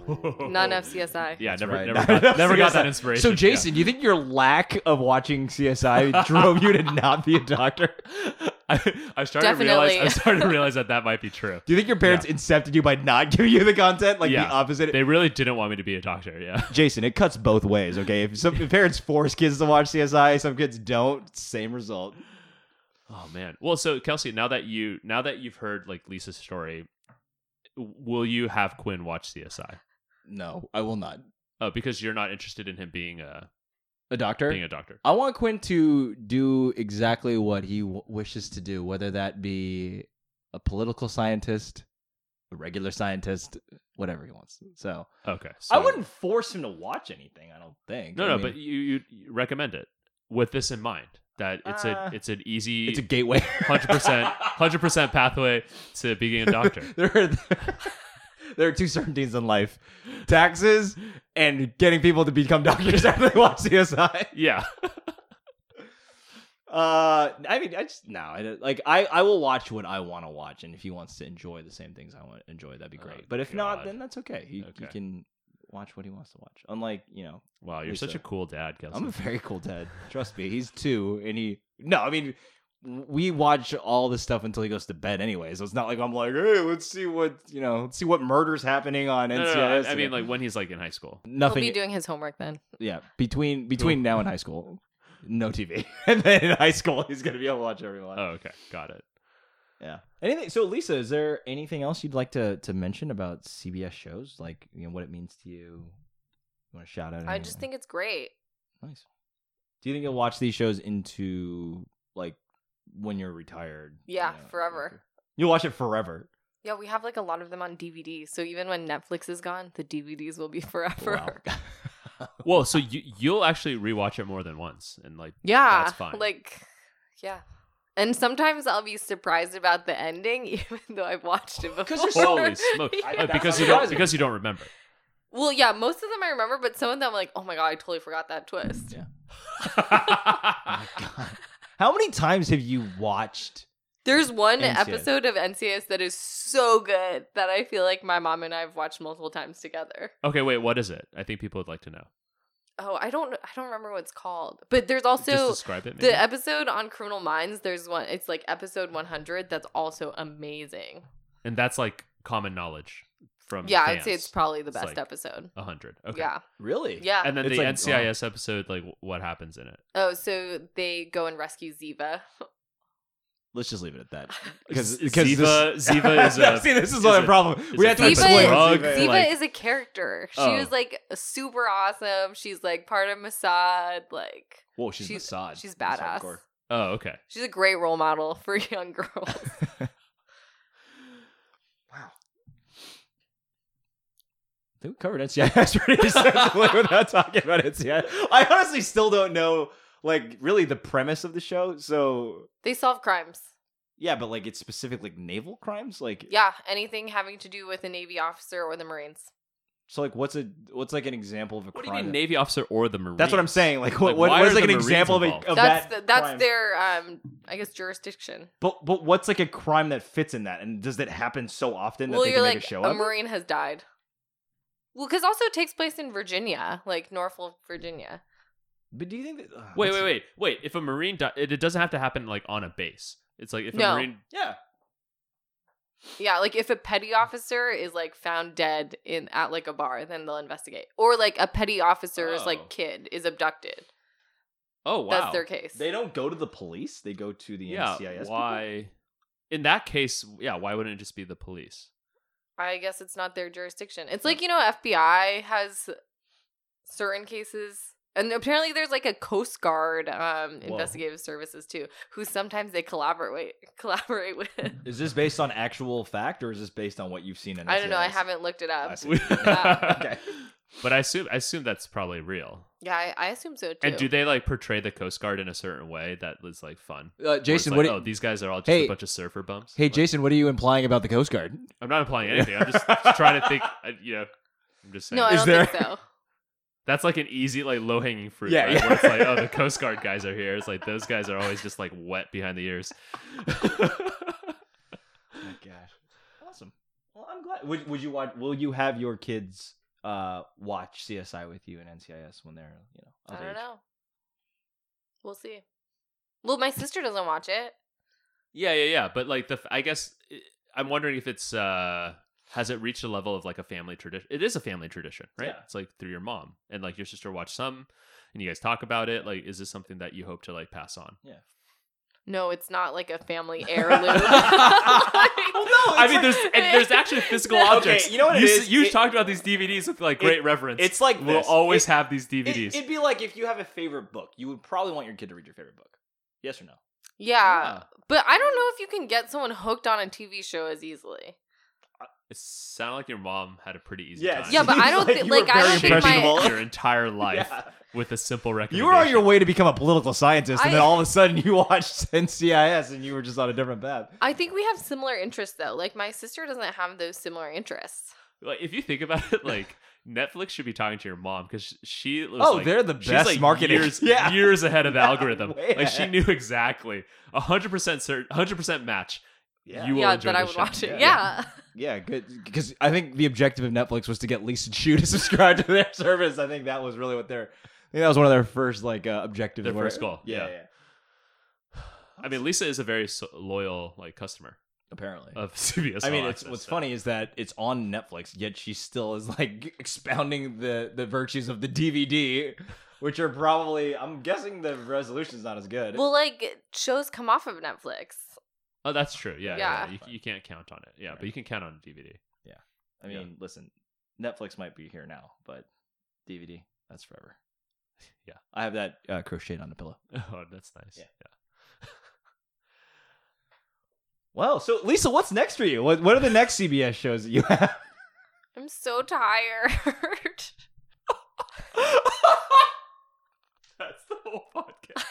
Speaker 2: Not enough CSI.
Speaker 1: Oh, yeah,
Speaker 4: That's
Speaker 1: never,
Speaker 4: right.
Speaker 1: never, got, never got that
Speaker 4: CSI.
Speaker 1: inspiration.
Speaker 4: So,
Speaker 1: Yeah.
Speaker 4: Jason, you think your lack of watching CSI drove you to not be a doctor?
Speaker 1: I, I started to realize,
Speaker 2: Definitely.
Speaker 1: I started to realize that that might be true.
Speaker 4: Do you think your parents incepted you by not giving you the content? Like
Speaker 1: Yeah.
Speaker 4: the opposite?
Speaker 1: They really didn't want me to be a doctor. Yeah.
Speaker 4: Jason, it cuts both ways, okay? If some if parents force kids to watch CSI, some kids don't, same result.
Speaker 1: Oh man. Well, so Kelsey, now that you now that you've heard like Lisa's story, w- will you have Quinn watch CSI?
Speaker 4: No, I will not.
Speaker 1: Oh, because you're not interested in him being a
Speaker 4: A doctor?
Speaker 1: being a doctor.
Speaker 4: I want Quinn to do exactly what he w- wishes to do, whether that be a political scientist, a regular scientist, whatever he wants. So,
Speaker 1: Okay.
Speaker 4: I
Speaker 1: so-
Speaker 4: wouldn't force him to watch anything. I don't think.
Speaker 1: No,
Speaker 4: I
Speaker 1: no,
Speaker 4: mean,
Speaker 1: but you, you you recommend it with this in mind that it's
Speaker 4: Uh,
Speaker 1: a it's an easy
Speaker 4: it's a gateway.
Speaker 1: 100% 100% pathway to being a doctor.
Speaker 4: there are there are two certainties in life: taxes and getting people to become doctors after they watch CSI.
Speaker 1: Yeah.
Speaker 4: Uh, I mean, I just no, I, don't- like I, I will watch what I want to watch, and if he wants to enjoy the same things I want to enjoy, that'd be
Speaker 1: Oh,
Speaker 4: great. but if not,
Speaker 1: God.
Speaker 4: then that's okay. He, he
Speaker 1: Okay.
Speaker 4: can watch what he wants to watch. Unlike you know,
Speaker 1: Wow, you're such
Speaker 4: Lisa.
Speaker 1: a cool dad, Kelsey.
Speaker 4: I'm a very cool dad. Trust me, he's two, and he no, I mean, we watch all this stuff until he goes to bed anyway. So it's not like I'm like, hey, let's see what you know, let's see what murders happening on
Speaker 1: No,
Speaker 4: NCIS.
Speaker 1: no, no, I- I
Speaker 4: today.
Speaker 1: mean, like when he's like in high school.
Speaker 4: nothing.
Speaker 2: He'll be doing his homework then.
Speaker 4: yeah, between between now and high school, no TV, and then in high school he's gonna be able to watch everyone.
Speaker 1: Oh, okay, got it.
Speaker 4: Yeah. Anything. So Lisa, is there anything else you'd like to to mention about CBS shows, like you know what it means to you? You want to shout out?
Speaker 2: I
Speaker 4: anything?
Speaker 2: just think it's great.
Speaker 4: nice. Do you think you'll watch these shows into like when you're retired? you
Speaker 2: Yeah,
Speaker 4: know,
Speaker 2: forever.
Speaker 4: after- You'll watch it forever.
Speaker 2: Yeah, we have like a lot of them on DVD. So even when Netflix is gone, the DVDs will be forever.
Speaker 4: Wow.
Speaker 1: Well, so you you'll actually rewatch it more than once, and like
Speaker 2: Yeah.
Speaker 1: that's fine.
Speaker 2: Like, yeah. And sometimes I'll be surprised about the ending, even though I've watched it before.
Speaker 4: 'Cause you're so-
Speaker 1: holy smoke,
Speaker 2: Yeah.
Speaker 1: Oh,
Speaker 4: that's
Speaker 1: because
Speaker 4: not
Speaker 1: you don't
Speaker 4: surprising.
Speaker 1: because you don't remember.
Speaker 2: Well, yeah, most of them I remember, but some of them I'm like, oh my god, I totally forgot that twist.
Speaker 4: Yeah. My God. How many times have you watched?
Speaker 2: There's one
Speaker 4: NCIS.
Speaker 2: episode of NCIS that is so good that I feel like my mom and I have watched multiple times together.
Speaker 1: okay, wait, what is it? I think people would like to know.
Speaker 2: Oh, I don't, I don't remember what it's called, but there's also
Speaker 1: Just describe it. Maybe.
Speaker 2: The episode on Criminal Minds, there's one. It's like episode 100. That's also amazing.
Speaker 1: and that's like common knowledge from
Speaker 2: yeah,
Speaker 1: fans.
Speaker 2: I'd say it's probably the
Speaker 1: It's
Speaker 2: best
Speaker 1: like-
Speaker 2: episode.
Speaker 1: a hundred. Okay.
Speaker 2: Yeah,
Speaker 4: Really?
Speaker 2: yeah.
Speaker 1: And then
Speaker 4: It's
Speaker 1: the
Speaker 4: like-
Speaker 1: NCIS episode, like w- what happens in it?
Speaker 2: oh, so they go and rescue Ziva.
Speaker 4: Let's just leave it at that.
Speaker 1: Z- Ziva, Ziva is a
Speaker 4: See, this is
Speaker 1: is
Speaker 4: another
Speaker 1: a-
Speaker 4: problem. We
Speaker 1: a
Speaker 4: have to
Speaker 2: Ziva
Speaker 4: explain. what
Speaker 1: drug,
Speaker 4: Ziva is.
Speaker 2: Ziva
Speaker 1: like-
Speaker 2: is a character. She
Speaker 1: Oh.
Speaker 2: was like super awesome. She's like part of Mossad. Like
Speaker 4: Whoa, she's,
Speaker 2: she's
Speaker 4: Mossad.
Speaker 2: she's
Speaker 4: That's
Speaker 2: badass.
Speaker 4: hardcore.
Speaker 1: oh okay.
Speaker 2: She's a great role model for young girls.
Speaker 4: wow. I think we covered NCIS pretty extensively without talking about NCIS. I honestly still don't know, like, really the premise of the show. So,
Speaker 2: they solve crimes.
Speaker 4: yeah, but like, it's specific, like, naval crimes. Like,
Speaker 2: Yeah, anything having to do with a Navy officer or the Marines.
Speaker 4: So, like, what's a what's like an example of a
Speaker 1: What do
Speaker 4: crime?
Speaker 1: you mean,
Speaker 4: that-
Speaker 1: Navy officer or the Marine?
Speaker 4: That's what I'm saying. Like, what
Speaker 1: Like,
Speaker 4: what
Speaker 1: why
Speaker 4: what is
Speaker 1: are
Speaker 4: like
Speaker 1: the
Speaker 4: an
Speaker 1: Marines
Speaker 4: example of,
Speaker 1: involved?
Speaker 4: a, of
Speaker 2: that's
Speaker 4: that?
Speaker 2: the, that's
Speaker 4: crime?
Speaker 2: their um I guess jurisdiction.
Speaker 4: But but what's like a crime that fits in that? And does that happen so often that
Speaker 2: well,
Speaker 4: they
Speaker 2: you're
Speaker 4: can
Speaker 2: like
Speaker 4: make a show
Speaker 2: a
Speaker 4: up?
Speaker 2: marine has died. Well, because also it takes place in Virginia, like Norfolk, Virginia.
Speaker 4: But do you think that? uh, ugh,
Speaker 1: Wait,
Speaker 4: that's-
Speaker 1: wait, wait, wait. If a Marine, di- it, it doesn't have to happen like on a base. It's like if
Speaker 2: No.
Speaker 1: a Marine,
Speaker 4: Yeah.
Speaker 2: Yeah, like if a petty officer is like found dead in at like a bar, then they'll investigate. Or like a petty officer's
Speaker 1: Oh.
Speaker 2: like kid is abducted.
Speaker 1: oh wow,
Speaker 2: That's their case.
Speaker 4: They don't go to the police. They go to the
Speaker 1: yeah.
Speaker 4: NCIS. people?
Speaker 1: why? In that case, yeah. Why wouldn't it just be the police?
Speaker 2: I guess it's not their jurisdiction. It's like you know, FBI has certain cases, and apparently there's like a Coast Guard um,
Speaker 4: Whoa.
Speaker 2: investigative services too, who sometimes they collaborate collaborate with.
Speaker 4: Is this based on actual fact or is this based on what you've seen in?
Speaker 2: I don't know. I
Speaker 4: NCIS?
Speaker 2: haven't looked it up.
Speaker 4: I see.
Speaker 2: Yeah.
Speaker 4: okay. Uh,
Speaker 1: But I assume I assume that's probably real.
Speaker 2: Yeah, I, I assume so too.
Speaker 1: And do they like portray the Coast Guard in a certain way that is like fun?
Speaker 4: Uh,
Speaker 1: Where it's
Speaker 4: Jason,
Speaker 1: like,
Speaker 4: what? do-
Speaker 1: oh, these guys are all just
Speaker 4: Hey-
Speaker 1: a bunch of surfer bumps.
Speaker 4: hey,
Speaker 1: Like,
Speaker 4: Jason, what are you implying about the Coast Guard?
Speaker 1: I'm not implying anything. I'm just trying to think. I, you know, I'm just saying.
Speaker 2: no, I
Speaker 4: Is
Speaker 2: don't
Speaker 4: there-
Speaker 2: think so.
Speaker 1: That's like an easy, like low hanging fruit.
Speaker 4: Yeah,
Speaker 1: right?
Speaker 4: yeah.
Speaker 1: Where it's like, oh, the Coast Guard guys are here. It's like those guys are always just like wet behind the ears.
Speaker 4: Oh my gosh. Awesome. Well, I'm glad. Would, would you watch? Will you have your kids uh, watch CSI with you and NCIS when they're you know?
Speaker 2: I
Speaker 4: of
Speaker 2: don't
Speaker 4: age?
Speaker 2: know. We'll see. Well, my sister doesn't watch it.
Speaker 1: yeah, yeah, yeah. But like the, f- I guess eh, I'm wondering if it's uh has it reached a level of like a family tradition? It is a family tradition, right?
Speaker 4: Yeah.
Speaker 1: It's like through your mom and like your sister watched some, and you guys talk about it. Like, is this something that you hope to like pass on?
Speaker 2: No, it's not like a family heirloom.
Speaker 4: Well, no, I
Speaker 1: I mean, there's and there's actually physical objects.
Speaker 4: you know what it
Speaker 1: you,
Speaker 4: is?
Speaker 1: s- You
Speaker 4: It-
Speaker 1: talked about these DVDs with like great reverence.
Speaker 4: it's like
Speaker 1: we'll
Speaker 4: this.
Speaker 1: always
Speaker 4: It-
Speaker 1: have these
Speaker 4: It,
Speaker 1: DVDs.
Speaker 4: would be like if you have a favorite book, you would probably want your kid to read your favorite book. Yes or no?
Speaker 2: Yeah, but I don't know if you can get someone hooked on a TV show as easily.
Speaker 1: It sounded like your mom had a pretty easy
Speaker 4: Yes.
Speaker 1: time.
Speaker 2: Yeah, but I
Speaker 4: Seems
Speaker 2: don't
Speaker 4: like
Speaker 2: think
Speaker 4: you were
Speaker 2: like I
Speaker 4: very
Speaker 2: don't think
Speaker 4: impressionable.
Speaker 2: my
Speaker 1: your entire life
Speaker 4: Yeah.
Speaker 1: with a simple recommendation.
Speaker 4: You were on your way to become a political scientist, and then
Speaker 2: I-
Speaker 4: all of a sudden you watched NCIS, and you were just on a different path.
Speaker 2: I think we have similar interests though. Like my sister doesn't have those similar interests.
Speaker 1: Like, if you think about it, like Netflix should be talking to your mom because she was
Speaker 4: Oh,
Speaker 1: like,
Speaker 4: they're the
Speaker 1: she's
Speaker 4: best
Speaker 1: like
Speaker 4: marketing.
Speaker 1: years,
Speaker 4: Yeah.
Speaker 1: years ahead of the
Speaker 4: Yeah,
Speaker 1: algorithm.
Speaker 4: way
Speaker 1: Like she
Speaker 4: ahead.
Speaker 1: knew exactly hundred percent certain, hundred percent match. You will
Speaker 2: yeah,
Speaker 1: enjoy
Speaker 2: that I
Speaker 1: this
Speaker 2: would
Speaker 1: show.
Speaker 2: watch it.
Speaker 4: Yeah.
Speaker 2: Yeah.
Speaker 4: Yeah, good. Because I think the objective of Netflix was to get Lisa Chu to subscribe to their service. I think that was really what their. I think that was one of their first like uh, objectives.
Speaker 1: Their
Speaker 4: where-
Speaker 1: first goal, yeah.
Speaker 4: yeah.
Speaker 1: I mean, Lisa is a very so- loyal like customer
Speaker 4: apparently.
Speaker 1: of CBS.
Speaker 4: I mean,
Speaker 1: All
Speaker 4: it's
Speaker 1: Access,
Speaker 4: what's
Speaker 1: so-
Speaker 4: funny is that it's on Netflix, yet she still is like expounding the the virtues of the DVD, which are probably I'm guessing the resolution's not as good.
Speaker 2: Well, like shows come off of Netflix.
Speaker 1: Oh, that's true. Yeah, yeah.
Speaker 2: Yeah.
Speaker 1: You, you can't count on it. Yeah,
Speaker 4: Right.
Speaker 1: but you can count on DVD.
Speaker 4: I mean, listen, Netflix might be here now, but DVD that's forever.
Speaker 1: Yeah.
Speaker 4: I have that uh, crocheted on the pillow.
Speaker 1: Oh, that's nice.
Speaker 4: Yeah. Well, so Lisa, what's next for you? What what are the next CBS shows that you have?
Speaker 2: I'm so tired.
Speaker 1: That's the whole podcast.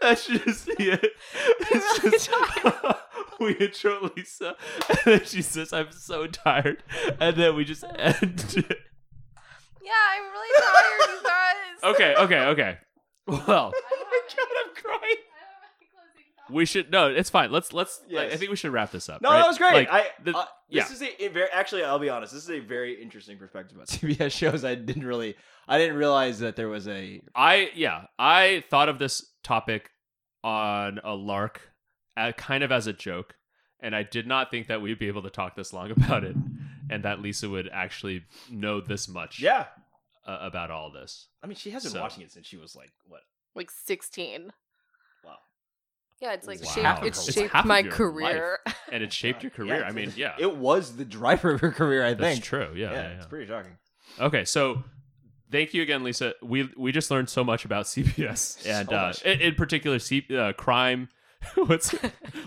Speaker 1: That should just be it. It's
Speaker 2: really
Speaker 1: just we intro Lisa, and then she says, "I'm so tired," and then we just end. it.
Speaker 2: yeah, I'm really tired, you guys.
Speaker 1: Okay, okay, okay. Well,
Speaker 2: Oh my God,
Speaker 4: I'm crying.
Speaker 1: we should no. It's fine. Let's let's. Like, I
Speaker 4: Yes.
Speaker 1: think we should wrap this up.
Speaker 4: No,
Speaker 1: right?
Speaker 4: that was great.
Speaker 1: Like,
Speaker 4: I
Speaker 1: the-
Speaker 4: uh,
Speaker 1: yeah.
Speaker 4: this is a, a very actually. I'll be honest. This is a very interesting perspective about CBS shows. I didn't really, I didn't realize that there was a
Speaker 1: I yeah, I thought of this topic on a lark, uh, kind of as a joke, and I did not think that we'd be able to talk this long about it, and that Lisa would actually know this much
Speaker 4: yeah.
Speaker 1: uh, about all this.
Speaker 4: I mean, she has been
Speaker 1: So-
Speaker 4: watching it since she was like what?
Speaker 2: Like 16.
Speaker 4: Wow.
Speaker 2: Yeah, it's like
Speaker 1: Wow.
Speaker 2: shaped, it's
Speaker 4: It's
Speaker 2: shaped
Speaker 1: half of
Speaker 2: my
Speaker 1: your
Speaker 2: career.
Speaker 1: And it
Speaker 4: Uh,
Speaker 1: shaped your career. I mean, yeah,
Speaker 4: it was the driver of her career. I
Speaker 1: that's
Speaker 4: think.
Speaker 1: true. Yeah, yeah,
Speaker 4: it's
Speaker 1: yeah.
Speaker 4: pretty shocking.
Speaker 1: Okay, so thank you again, Lisa. We we just learned so much about CBS
Speaker 4: So
Speaker 1: and
Speaker 4: much.
Speaker 1: Uh, in, in particular, C, uh, crime. What's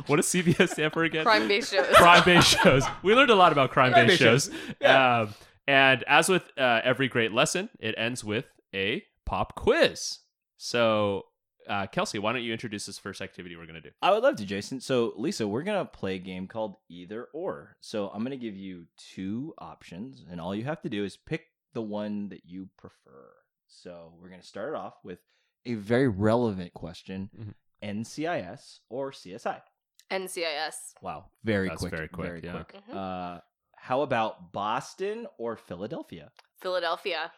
Speaker 1: what does CBS stand for again?
Speaker 2: Crime based shows.
Speaker 1: crime based shows. We learned a lot about crime based
Speaker 4: Crime-based
Speaker 1: shows.
Speaker 4: Yeah.
Speaker 1: Um, and as with uh, every great lesson, it ends with a pop quiz. So, uh, Kelsey, why don't you introduce this first activity we're going to do?
Speaker 4: I would love to, Jason. So, Lisa, we're going to play a game called Either Or. So, I'm going to give you two options, and all you have to do is pick the one that you prefer. So, we're going to start it off with a very relevant question
Speaker 1: Mhm.
Speaker 4: NCIS or CSI?
Speaker 2: NCIS.
Speaker 4: Wow. Very
Speaker 1: That's
Speaker 4: quick.
Speaker 1: very quick, yeah.
Speaker 2: Mhm.
Speaker 4: Uh, how about Boston or Philadelphia?
Speaker 2: Philadelphia.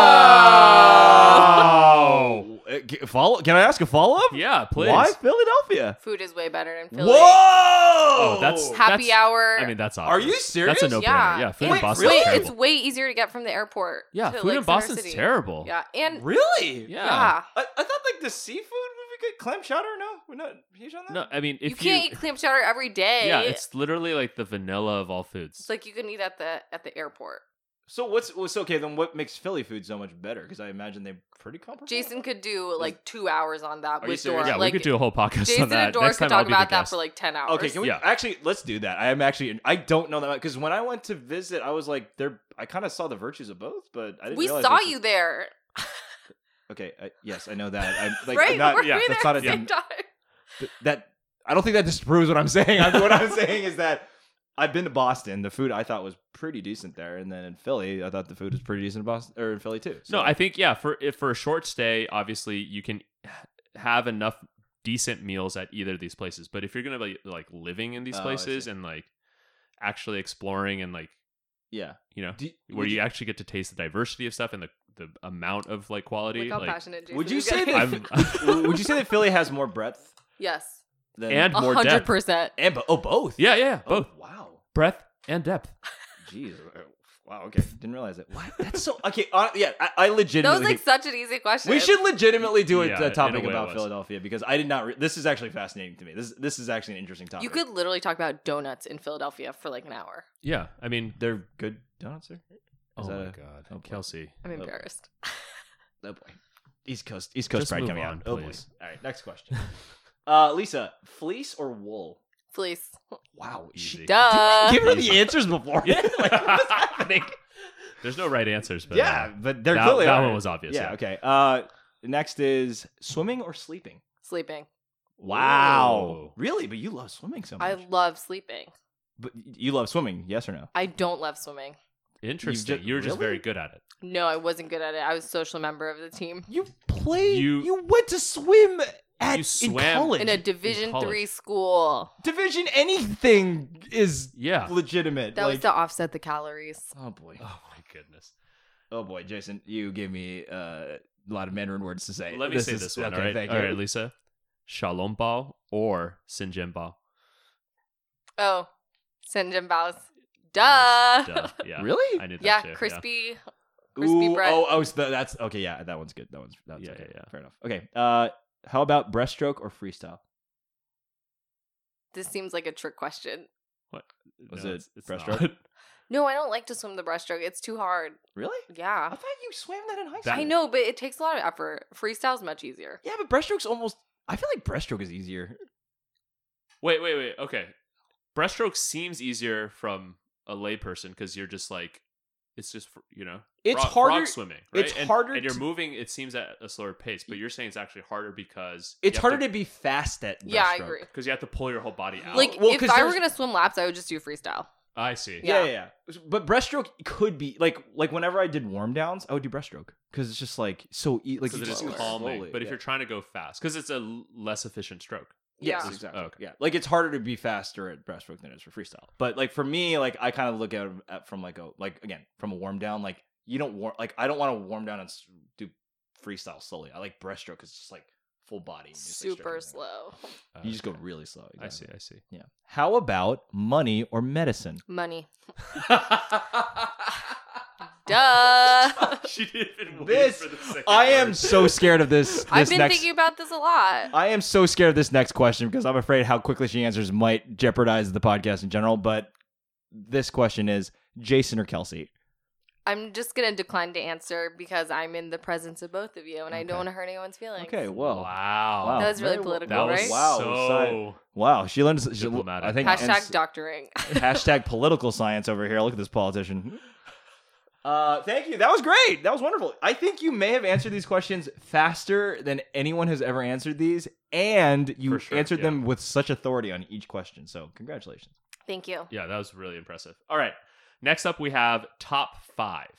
Speaker 1: Wow.
Speaker 4: eh, Follow, can I ask a follow up?
Speaker 1: Yeah, please.
Speaker 4: Why Philadelphia?
Speaker 2: Food is way better in Philly.
Speaker 4: Whoa!
Speaker 1: Oh, that's-
Speaker 2: Happy
Speaker 1: That's-
Speaker 2: hour.
Speaker 1: I mean, that's awesome.
Speaker 4: Are you serious?
Speaker 1: That's a no brainer.
Speaker 2: Yeah.
Speaker 1: Yeah. food
Speaker 4: Wait,
Speaker 1: in Boston.
Speaker 4: really?
Speaker 1: is
Speaker 2: Wait,
Speaker 1: terrible.
Speaker 2: it's way easier to get from the airport.
Speaker 1: yeah,
Speaker 2: to,
Speaker 1: food
Speaker 2: like,
Speaker 1: in
Speaker 2: Center
Speaker 1: Boston's
Speaker 2: City.
Speaker 1: terrible.
Speaker 2: Yeah, and
Speaker 4: Really?
Speaker 1: Yeah.
Speaker 2: yeah,
Speaker 4: I, I thought like the seafood would be good. Clam chowder? No, we're not huge on that.
Speaker 1: No, I mean,
Speaker 2: you
Speaker 1: if
Speaker 2: can't eat clam chowder every day.
Speaker 1: yeah, it's literally like the vanilla of all foods.
Speaker 2: It's like you can eat at the at the airport.
Speaker 4: So what's what's okay then? What makes Philly food so much better? Because I imagine they're pretty comparable.
Speaker 2: Jason could do like two hours on that
Speaker 4: Are you
Speaker 2: with
Speaker 4: serious?
Speaker 2: Dora.
Speaker 1: yeah,
Speaker 2: like,
Speaker 1: we could do a whole podcast
Speaker 2: Jason
Speaker 1: on that.
Speaker 2: and Dora
Speaker 1: Next
Speaker 2: could
Speaker 1: time, I'll
Speaker 2: talk
Speaker 1: be
Speaker 2: about
Speaker 1: the
Speaker 2: that
Speaker 1: guest.
Speaker 2: for like ten hours.
Speaker 4: Okay, can we
Speaker 1: Yeah.
Speaker 4: actually let's do that? I am actually I don't know that because when I went to visit, I was like, there. I kind of saw the virtues of both, but I didn't.
Speaker 2: We
Speaker 4: realize
Speaker 2: saw
Speaker 4: this
Speaker 2: you
Speaker 4: was-
Speaker 2: there,
Speaker 4: Okay, I, yes, I know that. I'm like
Speaker 2: right?
Speaker 4: I'm not.
Speaker 2: Were
Speaker 1: yeah,
Speaker 2: we
Speaker 4: that's
Speaker 2: there
Speaker 4: not
Speaker 2: at
Speaker 4: a
Speaker 2: the same time?
Speaker 4: th- that I don't think that disproves what I'm saying. I- what I'm saying is that I've been to Boston. The food I thought was pretty decent there, and then in Philly, I thought the food was pretty decent in Boston or in Philly too. So-
Speaker 1: No, I think yeah. For if for a short stay, obviously you can h- have enough decent meals at either of these places. But if you're gonna be like living in these
Speaker 4: Oh, I
Speaker 1: places
Speaker 4: see.
Speaker 1: and like actually exploring and like
Speaker 4: yeah.
Speaker 1: you know
Speaker 4: Do,
Speaker 1: where you actually get to taste the diversity of stuff and the the amount of like
Speaker 2: Look
Speaker 1: quality,
Speaker 2: how
Speaker 1: like
Speaker 2: passionate Jason
Speaker 4: would you
Speaker 2: is
Speaker 4: say
Speaker 2: getting.
Speaker 4: that-
Speaker 1: I'm
Speaker 4: would you say that Philly has more breadth
Speaker 2: yes,
Speaker 4: than Oh,
Speaker 1: And-
Speaker 2: a
Speaker 1: More
Speaker 2: hundred
Speaker 1: depth.
Speaker 2: percent.
Speaker 4: and bo- oh both
Speaker 1: yeah, yeah, yeah,
Speaker 4: Oh,
Speaker 1: both
Speaker 4: wow
Speaker 1: breadth and depth.
Speaker 4: jeez Oh, wow okay didn't realize it what that's so okay hon- yeah I, I
Speaker 2: That was
Speaker 4: legitimately
Speaker 2: like such an easy question.
Speaker 4: we should legitimately do a,
Speaker 1: Yeah, in
Speaker 4: a
Speaker 1: a
Speaker 4: topic
Speaker 1: way it
Speaker 4: about
Speaker 1: was.
Speaker 4: Philadelphia because I did not re- this is actually fascinating to me this this is actually an interesting topic
Speaker 2: You could literally talk about donuts in Philadelphia for like an hour.
Speaker 1: Yeah, I mean,
Speaker 4: they're good donuts there
Speaker 1: oh
Speaker 4: that
Speaker 1: my
Speaker 4: a-
Speaker 1: god,
Speaker 4: oh boy.
Speaker 1: Kelsey,
Speaker 2: I'm
Speaker 4: Oh.
Speaker 2: embarrassed.
Speaker 4: oh boy East Coast East Coast
Speaker 1: Just
Speaker 4: pride
Speaker 1: move
Speaker 4: coming
Speaker 1: on,
Speaker 4: out oh boy
Speaker 1: please.
Speaker 4: all right next question uh Lisa fleece or wool
Speaker 2: Fleece.
Speaker 4: wow
Speaker 1: Easy.
Speaker 4: she
Speaker 2: Duh.
Speaker 4: give her the answers before
Speaker 1: Yeah.
Speaker 4: like what's happening
Speaker 1: there's no right answers, but uh,
Speaker 4: yeah but they're
Speaker 1: that,
Speaker 4: clearly
Speaker 1: that
Speaker 4: are.
Speaker 1: one was obvious.
Speaker 4: yeah, okay. Uh, next is swimming or sleeping.
Speaker 2: Sleeping.
Speaker 1: Wow.
Speaker 4: really? But you love swimming so
Speaker 2: I
Speaker 4: much.
Speaker 2: love sleeping.
Speaker 4: but you love swimming, yes or no?
Speaker 2: I don't love swimming.
Speaker 1: interesting.
Speaker 4: ju-
Speaker 1: You, were just
Speaker 4: really?
Speaker 1: very good at it.
Speaker 2: No, I wasn't good at it. I was social member of the team
Speaker 4: You played.
Speaker 1: You-
Speaker 4: went to swim at
Speaker 1: You swam-
Speaker 2: in a Division
Speaker 1: college.
Speaker 2: three school.
Speaker 4: division. Anything is
Speaker 1: Yeah.
Speaker 4: legitimate.
Speaker 2: That was
Speaker 4: like-
Speaker 2: to offset the calories.
Speaker 4: Oh boy.
Speaker 1: Oh my goodness.
Speaker 4: Oh boy, Jason, you gave me uh, a lot of Mandarin words to say.
Speaker 1: Let me say
Speaker 4: is-
Speaker 1: this one.
Speaker 4: okay,
Speaker 1: all right,
Speaker 4: Thank
Speaker 1: all
Speaker 4: you.
Speaker 1: right, Lisa. Shalom Bao or Sinjin Bao.
Speaker 2: Oh, Sinjin Bao's. Duh.
Speaker 1: Duh, yeah.
Speaker 4: Really?
Speaker 1: I knew that
Speaker 2: yeah,
Speaker 1: too,
Speaker 2: crispy. Crispy
Speaker 4: Ooh,
Speaker 2: bread.
Speaker 4: oh, oh, so that's okay. Yeah, that one's good. That one's that's
Speaker 1: Yeah,
Speaker 4: okay.
Speaker 1: yeah, yeah.
Speaker 4: Fair enough. Okay. Uh, how about breaststroke or freestyle?
Speaker 2: This seems like a trick question.
Speaker 4: Was
Speaker 1: No,
Speaker 4: it
Speaker 1: it's- it's
Speaker 4: breaststroke?
Speaker 1: not.
Speaker 2: No, I don't like to swim the breaststroke. It's too hard.
Speaker 4: Really? I
Speaker 2: Yeah.
Speaker 4: thought you swam that in high school.
Speaker 1: That-
Speaker 2: I know, but it takes a lot of effort. Freestyle's much easier.
Speaker 4: Yeah, but breaststroke's almost. I feel like breaststroke is easier.
Speaker 1: Wait, wait, wait. Okay. Breaststroke seems easier from a layperson because you're just like, it's just, fr- you know,
Speaker 4: It's
Speaker 1: frog,
Speaker 4: harder.
Speaker 1: frog swimming. Right?
Speaker 4: it's
Speaker 1: and,
Speaker 4: harder
Speaker 1: And you're
Speaker 4: to-
Speaker 1: moving, it seems at a slower pace, but you're saying it's actually harder because.
Speaker 4: it's harder to, be fast at.
Speaker 2: Yeah, I
Speaker 4: breaststroke.
Speaker 2: agree.
Speaker 1: Because you have to pull your whole body out.
Speaker 2: Like,
Speaker 4: Well,
Speaker 2: if
Speaker 4: 'cause
Speaker 2: I were
Speaker 4: there's-
Speaker 2: going to swim laps, I would just do freestyle.
Speaker 1: I see.
Speaker 4: Yeah. yeah, yeah. But breaststroke could be like like whenever I did warm downs, I would do breaststroke because it's just like so e- like
Speaker 1: Because
Speaker 4: you
Speaker 1: it
Speaker 4: just
Speaker 1: is
Speaker 4: do it
Speaker 1: calming.
Speaker 4: slowly.
Speaker 1: but if
Speaker 4: Yeah.
Speaker 1: you're trying to go fast, because it's a l- less efficient stroke.
Speaker 4: Yes,
Speaker 2: Yeah.
Speaker 4: exactly.
Speaker 1: Oh, okay.
Speaker 4: Yeah, like it's harder to be faster at breaststroke than it is for freestyle. But like for me, like I kind of look at, at from like a like again from a warm down. Like you don't warm like I don't want to warm down and s- do freestyle slowly. I like breaststroke because it's just like full body, and you just, like, stretch
Speaker 2: Super
Speaker 4: everything out.
Speaker 2: slow.
Speaker 1: Uh,
Speaker 4: You just go
Speaker 1: okay.
Speaker 4: really slow.
Speaker 1: I see.
Speaker 4: exactly.
Speaker 1: I see.
Speaker 4: Yeah. How about money or medicine?
Speaker 2: Money. Duh.
Speaker 1: she didn't even wait
Speaker 4: This-
Speaker 1: for the second
Speaker 4: I am
Speaker 1: word.
Speaker 4: so scared of this. this
Speaker 2: I've been
Speaker 4: next... Uh,
Speaker 2: thinking about this a lot.
Speaker 4: I am so scared of this next question because I'm afraid how quickly she answers might jeopardize the podcast in general. But this question is Jason or Kelsey?
Speaker 2: I'm just going to decline to answer because I'm in the presence of both of you and I
Speaker 4: Okay.
Speaker 2: don't want to hurt anyone's feelings.
Speaker 4: Okay, well,
Speaker 1: wow.
Speaker 4: wow.
Speaker 2: That was really
Speaker 4: Very well-
Speaker 2: political,
Speaker 1: That was
Speaker 2: right?
Speaker 4: Wow,
Speaker 1: so.
Speaker 4: Wow, she learns. She,
Speaker 1: Diplomatic.
Speaker 4: I think
Speaker 2: Hashtag
Speaker 4: and-
Speaker 2: doctoring.
Speaker 4: hashtag political science over here. Look at this politician. Uh, thank you. That was great. That was wonderful. I think you may have answered these questions faster than anyone has ever answered these, and you
Speaker 1: For sure,
Speaker 4: answered
Speaker 1: yeah.
Speaker 4: them with such authority on each question. So, congratulations.
Speaker 2: Thank you.
Speaker 1: Yeah, that was really impressive. All right. Next up, we have top five.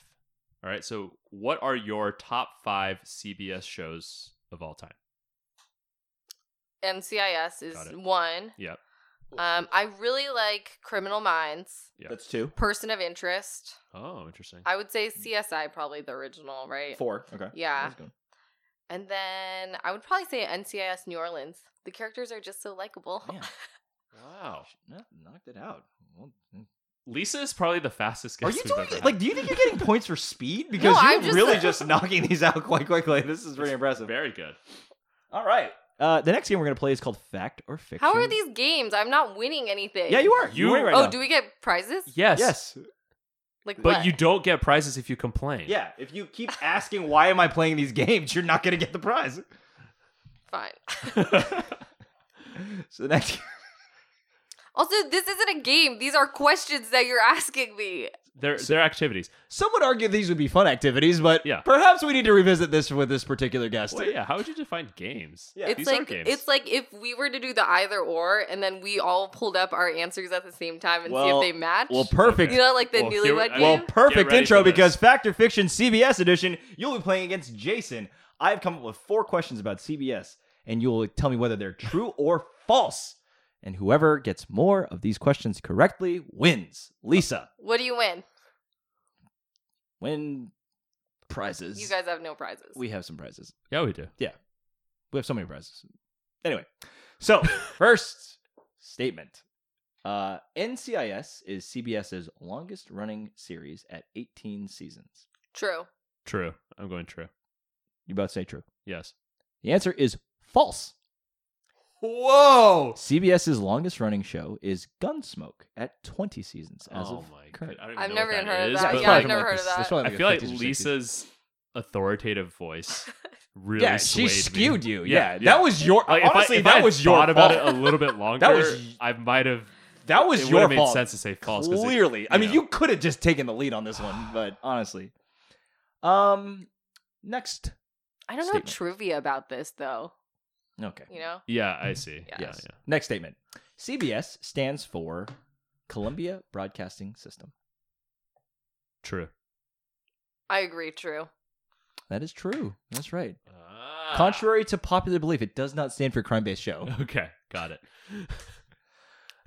Speaker 1: All right. So, what are your top five CBS shows of all time?
Speaker 2: NCIS
Speaker 1: Got
Speaker 2: is
Speaker 1: it.
Speaker 2: one.
Speaker 1: Yep.
Speaker 2: Um, I really like Criminal Minds,
Speaker 1: Yeah.
Speaker 4: That's two,
Speaker 2: Person of Interest.
Speaker 1: Oh, interesting.
Speaker 2: I would say CSI probably the original, right?
Speaker 4: four. Okay.
Speaker 2: Yeah.
Speaker 4: That's good.
Speaker 2: And then I would probably say NCIS New Orleans. The characters are just so likable.
Speaker 4: Yeah.
Speaker 1: Wow.
Speaker 4: Kno- knocked it out. Well, mm.
Speaker 1: Lisa is probably the fastest guest
Speaker 4: Are you
Speaker 1: we've
Speaker 4: doing
Speaker 1: ever had.
Speaker 4: like? Do you think you're getting points for speed? Because
Speaker 2: I'm
Speaker 4: you're
Speaker 2: just-
Speaker 4: really just knocking these out quite quickly. This is pretty impressive.
Speaker 1: Very good.
Speaker 4: All right. Uh, the next game we're gonna play is called Fact or Fiction.
Speaker 2: How are these games? I'm not winning anything.
Speaker 4: Yeah, you are.
Speaker 1: You-
Speaker 4: You're winning right
Speaker 2: oh,
Speaker 4: now.
Speaker 2: do we get prizes?
Speaker 1: Yes.
Speaker 4: Yes.
Speaker 2: Like
Speaker 1: But
Speaker 2: what?
Speaker 1: you don't get prizes if you complain.
Speaker 4: Yeah. If you keep asking why am I playing these games, you're not gonna get the prize.
Speaker 2: fine.
Speaker 4: so next.
Speaker 2: Also, this isn't a game. These are questions that you're asking me.
Speaker 1: They're, they're activities.
Speaker 4: Some would argue these would be fun activities, but
Speaker 1: Yeah.
Speaker 4: perhaps we need to revisit this with this particular guest.
Speaker 1: Well, yeah. How would you define games?
Speaker 4: Yeah.
Speaker 2: It's
Speaker 1: These are
Speaker 2: like
Speaker 1: games.
Speaker 2: it's like if we were to do the either or, and then we all pulled up our answers at the same time and
Speaker 4: Well-
Speaker 2: see if they match.
Speaker 4: Well, perfect.
Speaker 2: you know, like the
Speaker 1: Well, here-
Speaker 2: newlywed
Speaker 1: I-
Speaker 2: game.
Speaker 1: Well,
Speaker 4: Well,
Speaker 1: Get
Speaker 4: perfect
Speaker 1: ready
Speaker 4: intro
Speaker 1: for this.
Speaker 4: because Fact or Fiction CBS edition, you'll be playing against Jason. I've come up with four questions about CBS, and you'll tell me whether they're true or false. And whoever gets more of these questions correctly wins. Lisa,
Speaker 2: what do you win?
Speaker 4: win prizes.
Speaker 2: You guys have no prizes.
Speaker 4: we have some prizes.
Speaker 1: yeah, we do.
Speaker 4: We have so many prizes. Anyway, so first statement. Uh, NCIS is CBS's longest running series at 18 seasons.
Speaker 2: True.
Speaker 1: True. I'm going true.
Speaker 4: You both say true.
Speaker 1: Yes.
Speaker 4: The answer is false.
Speaker 1: Whoa.
Speaker 4: CBS's longest running show is Gunsmoke at 20 seasons as
Speaker 1: oh
Speaker 4: of
Speaker 1: my
Speaker 4: current.
Speaker 1: god. I don't
Speaker 2: I've
Speaker 1: know
Speaker 2: never
Speaker 1: what
Speaker 2: even heard of
Speaker 1: is,
Speaker 2: that.
Speaker 1: but
Speaker 2: Yeah, I've
Speaker 1: like-
Speaker 2: never heard of that.
Speaker 1: I feel like Lisa's authoritative voice really
Speaker 4: yeah, she
Speaker 1: swayed me.
Speaker 4: skewed
Speaker 1: Yeah,
Speaker 4: you. Yeah,
Speaker 1: yeah.
Speaker 4: that was your.
Speaker 1: Like, if I-
Speaker 4: honestly,
Speaker 1: if I
Speaker 4: that
Speaker 1: had
Speaker 4: was your
Speaker 1: thought about
Speaker 4: fault.
Speaker 1: it a little bit longer.
Speaker 4: was-
Speaker 1: I might have.
Speaker 4: that was
Speaker 1: it
Speaker 4: your
Speaker 1: would've made
Speaker 4: fault.
Speaker 1: sense to say false. 'cause it-
Speaker 4: Clearly, I mean,
Speaker 1: know.
Speaker 4: you could have just taken the lead on this one, but honestly, um, next.
Speaker 2: I don't
Speaker 4: Statement.
Speaker 2: know trivia about this though.
Speaker 4: Okay.
Speaker 2: You know,
Speaker 1: Yeah, I see. Yeah,
Speaker 4: Yes.
Speaker 1: yeah.
Speaker 4: Next statement. CBS stands for Columbia Broadcasting System.
Speaker 1: True.
Speaker 2: I agree. True.
Speaker 4: That is true. That's right. Ah. Contrary to popular belief, it does not stand for crime based show.
Speaker 1: Okay, got it.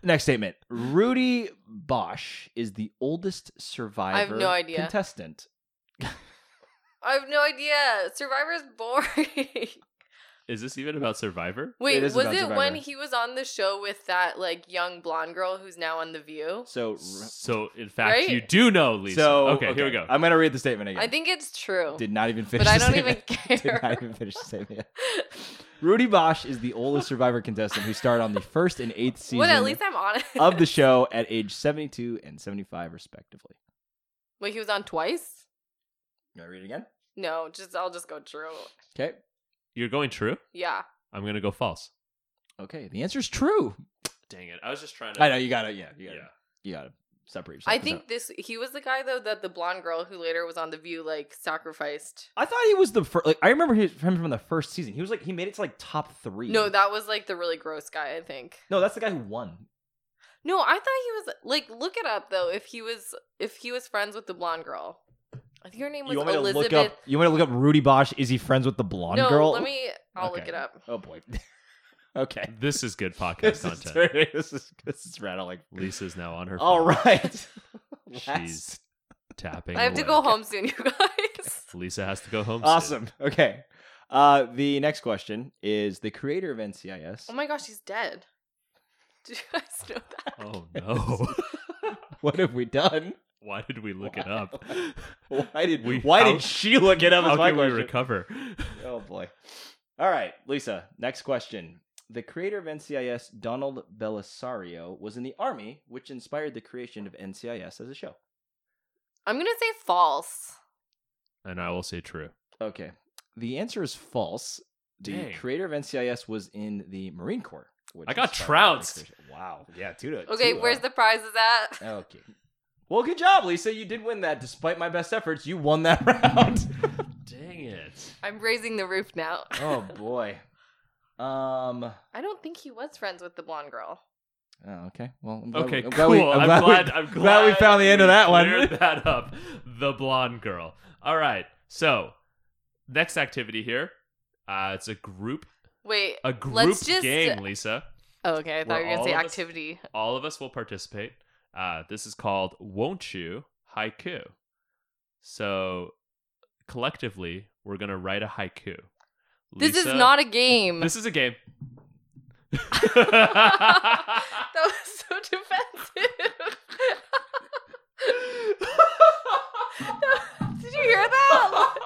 Speaker 4: Next statement. Rudy Bosch is the oldest survivor
Speaker 2: no idea.
Speaker 4: contestant.
Speaker 2: I have no idea. Survivor's boring.
Speaker 1: Is this even about Survivor?
Speaker 2: Wait,
Speaker 4: is
Speaker 2: was
Speaker 4: about
Speaker 2: it when
Speaker 4: Survivor.
Speaker 2: he was on the show with that like young blonde girl who's now on The View?
Speaker 4: So,
Speaker 1: So, in fact,
Speaker 2: Right?
Speaker 1: you do know Lisa.
Speaker 4: so
Speaker 1: okay, here we go.
Speaker 4: I'm gonna read the statement again.
Speaker 2: I think it's true,
Speaker 4: did not even finish.
Speaker 2: but I
Speaker 4: the
Speaker 2: don't even
Speaker 4: statement. Did not
Speaker 2: care.
Speaker 4: even finish the statement. Rudy Bosch is the oldest Survivor contestant who starred on the first and eighth season
Speaker 2: What? At least I'm honest.
Speaker 4: of the show at age 72 and 75, respectively.
Speaker 2: Wait, he was on twice?
Speaker 4: You want to read it again?
Speaker 2: No, just I'll just go true.
Speaker 4: Okay.
Speaker 1: You're going true?
Speaker 2: Yeah.
Speaker 1: I'm going to go false.
Speaker 4: Okay. The answer is true.
Speaker 1: Dang it. I was just trying
Speaker 4: I know. You got to, yeah. You
Speaker 1: Yeah.
Speaker 4: got to You got to separate yourself.
Speaker 2: I think this he was the guy though that the blonde girl who later was on The View like sacrificed.
Speaker 4: I thought he was the first. Like, I remember his, him from the first season. He was like, he made it to like top three.
Speaker 2: No, that was like the really gross guy, I think.
Speaker 4: no, that's the guy who won.
Speaker 2: No, I thought he was like look it up though if he was if he was friends with the blonde girl. I think her name was
Speaker 4: You want me
Speaker 2: Elizabeth.
Speaker 4: to look up? You want me to look up Rudy Bosch? Is he friends with the blonde
Speaker 2: no,
Speaker 4: girl?
Speaker 2: let me I'll look
Speaker 4: Okay.
Speaker 2: it up.
Speaker 4: Oh boy. okay.
Speaker 1: This is good podcast
Speaker 4: This is,
Speaker 1: content.
Speaker 4: this is this is rattling.
Speaker 1: Lisa's now on her
Speaker 4: All
Speaker 1: phone.
Speaker 4: right.
Speaker 1: She's tapping.
Speaker 2: I have to
Speaker 1: away.
Speaker 2: go home soon, you guys.
Speaker 1: Lisa has to go home. soon.
Speaker 4: awesome. Okay. Uh, the next question is the creator of NCIS.
Speaker 2: Oh my gosh, he's dead. Did you guys know that?
Speaker 1: Oh, no.
Speaker 4: what have we done?
Speaker 1: Why did we look it up?
Speaker 4: Why did
Speaker 1: We-
Speaker 4: Why
Speaker 1: how-
Speaker 4: did she look it up? Is
Speaker 1: How
Speaker 4: my
Speaker 1: can we
Speaker 4: question.
Speaker 1: recover?
Speaker 4: oh boy. All right, Lisa. Next question. The creator of NCIS, Donald Belisario, was in the army, which inspired the creation of NCIS as a show.
Speaker 2: I'm gonna say false.
Speaker 1: And I will say true.
Speaker 4: Okay. The answer is false. The
Speaker 1: Dang.
Speaker 4: creator of NCIS was in the Marine Corps. Which
Speaker 1: I got
Speaker 4: inspired the
Speaker 1: trounced.
Speaker 4: creation- Wow. Yeah, two to
Speaker 2: Okay,
Speaker 4: two,
Speaker 1: uh,
Speaker 2: where's
Speaker 4: huh?
Speaker 2: the prizes at?
Speaker 1: oh.
Speaker 4: Okay. Well, good job, Lisa. You did win that. Despite my best efforts, you won that round.
Speaker 1: Dang it.
Speaker 2: I'm raising the roof now.
Speaker 4: oh boy. Um.
Speaker 2: I don't think he was friends with the blonde girl.
Speaker 4: oh, okay. Well. I'm glad
Speaker 1: Okay,
Speaker 4: I'm
Speaker 1: cool.
Speaker 4: glad we-
Speaker 1: I'm,
Speaker 4: glad we-
Speaker 1: glad, I'm glad.
Speaker 4: glad we found the end of that one.
Speaker 1: cleared that up. The blonde girl. All right. So, next activity here. Uh, it's a group,
Speaker 2: Wait.
Speaker 1: a group
Speaker 2: Let's just-
Speaker 1: game, Lisa.
Speaker 2: Oh, okay, I thought
Speaker 1: We're
Speaker 2: you were gonna
Speaker 1: all
Speaker 2: say
Speaker 1: of us-
Speaker 2: activity.
Speaker 1: All of us will participate. Uh, this is called "Won't You Haiku." So, collectively, we're gonna write a haiku.
Speaker 2: this is
Speaker 1: Lisa-
Speaker 2: not a game.
Speaker 1: This is a game.
Speaker 2: that was so defensive. Did you hear that?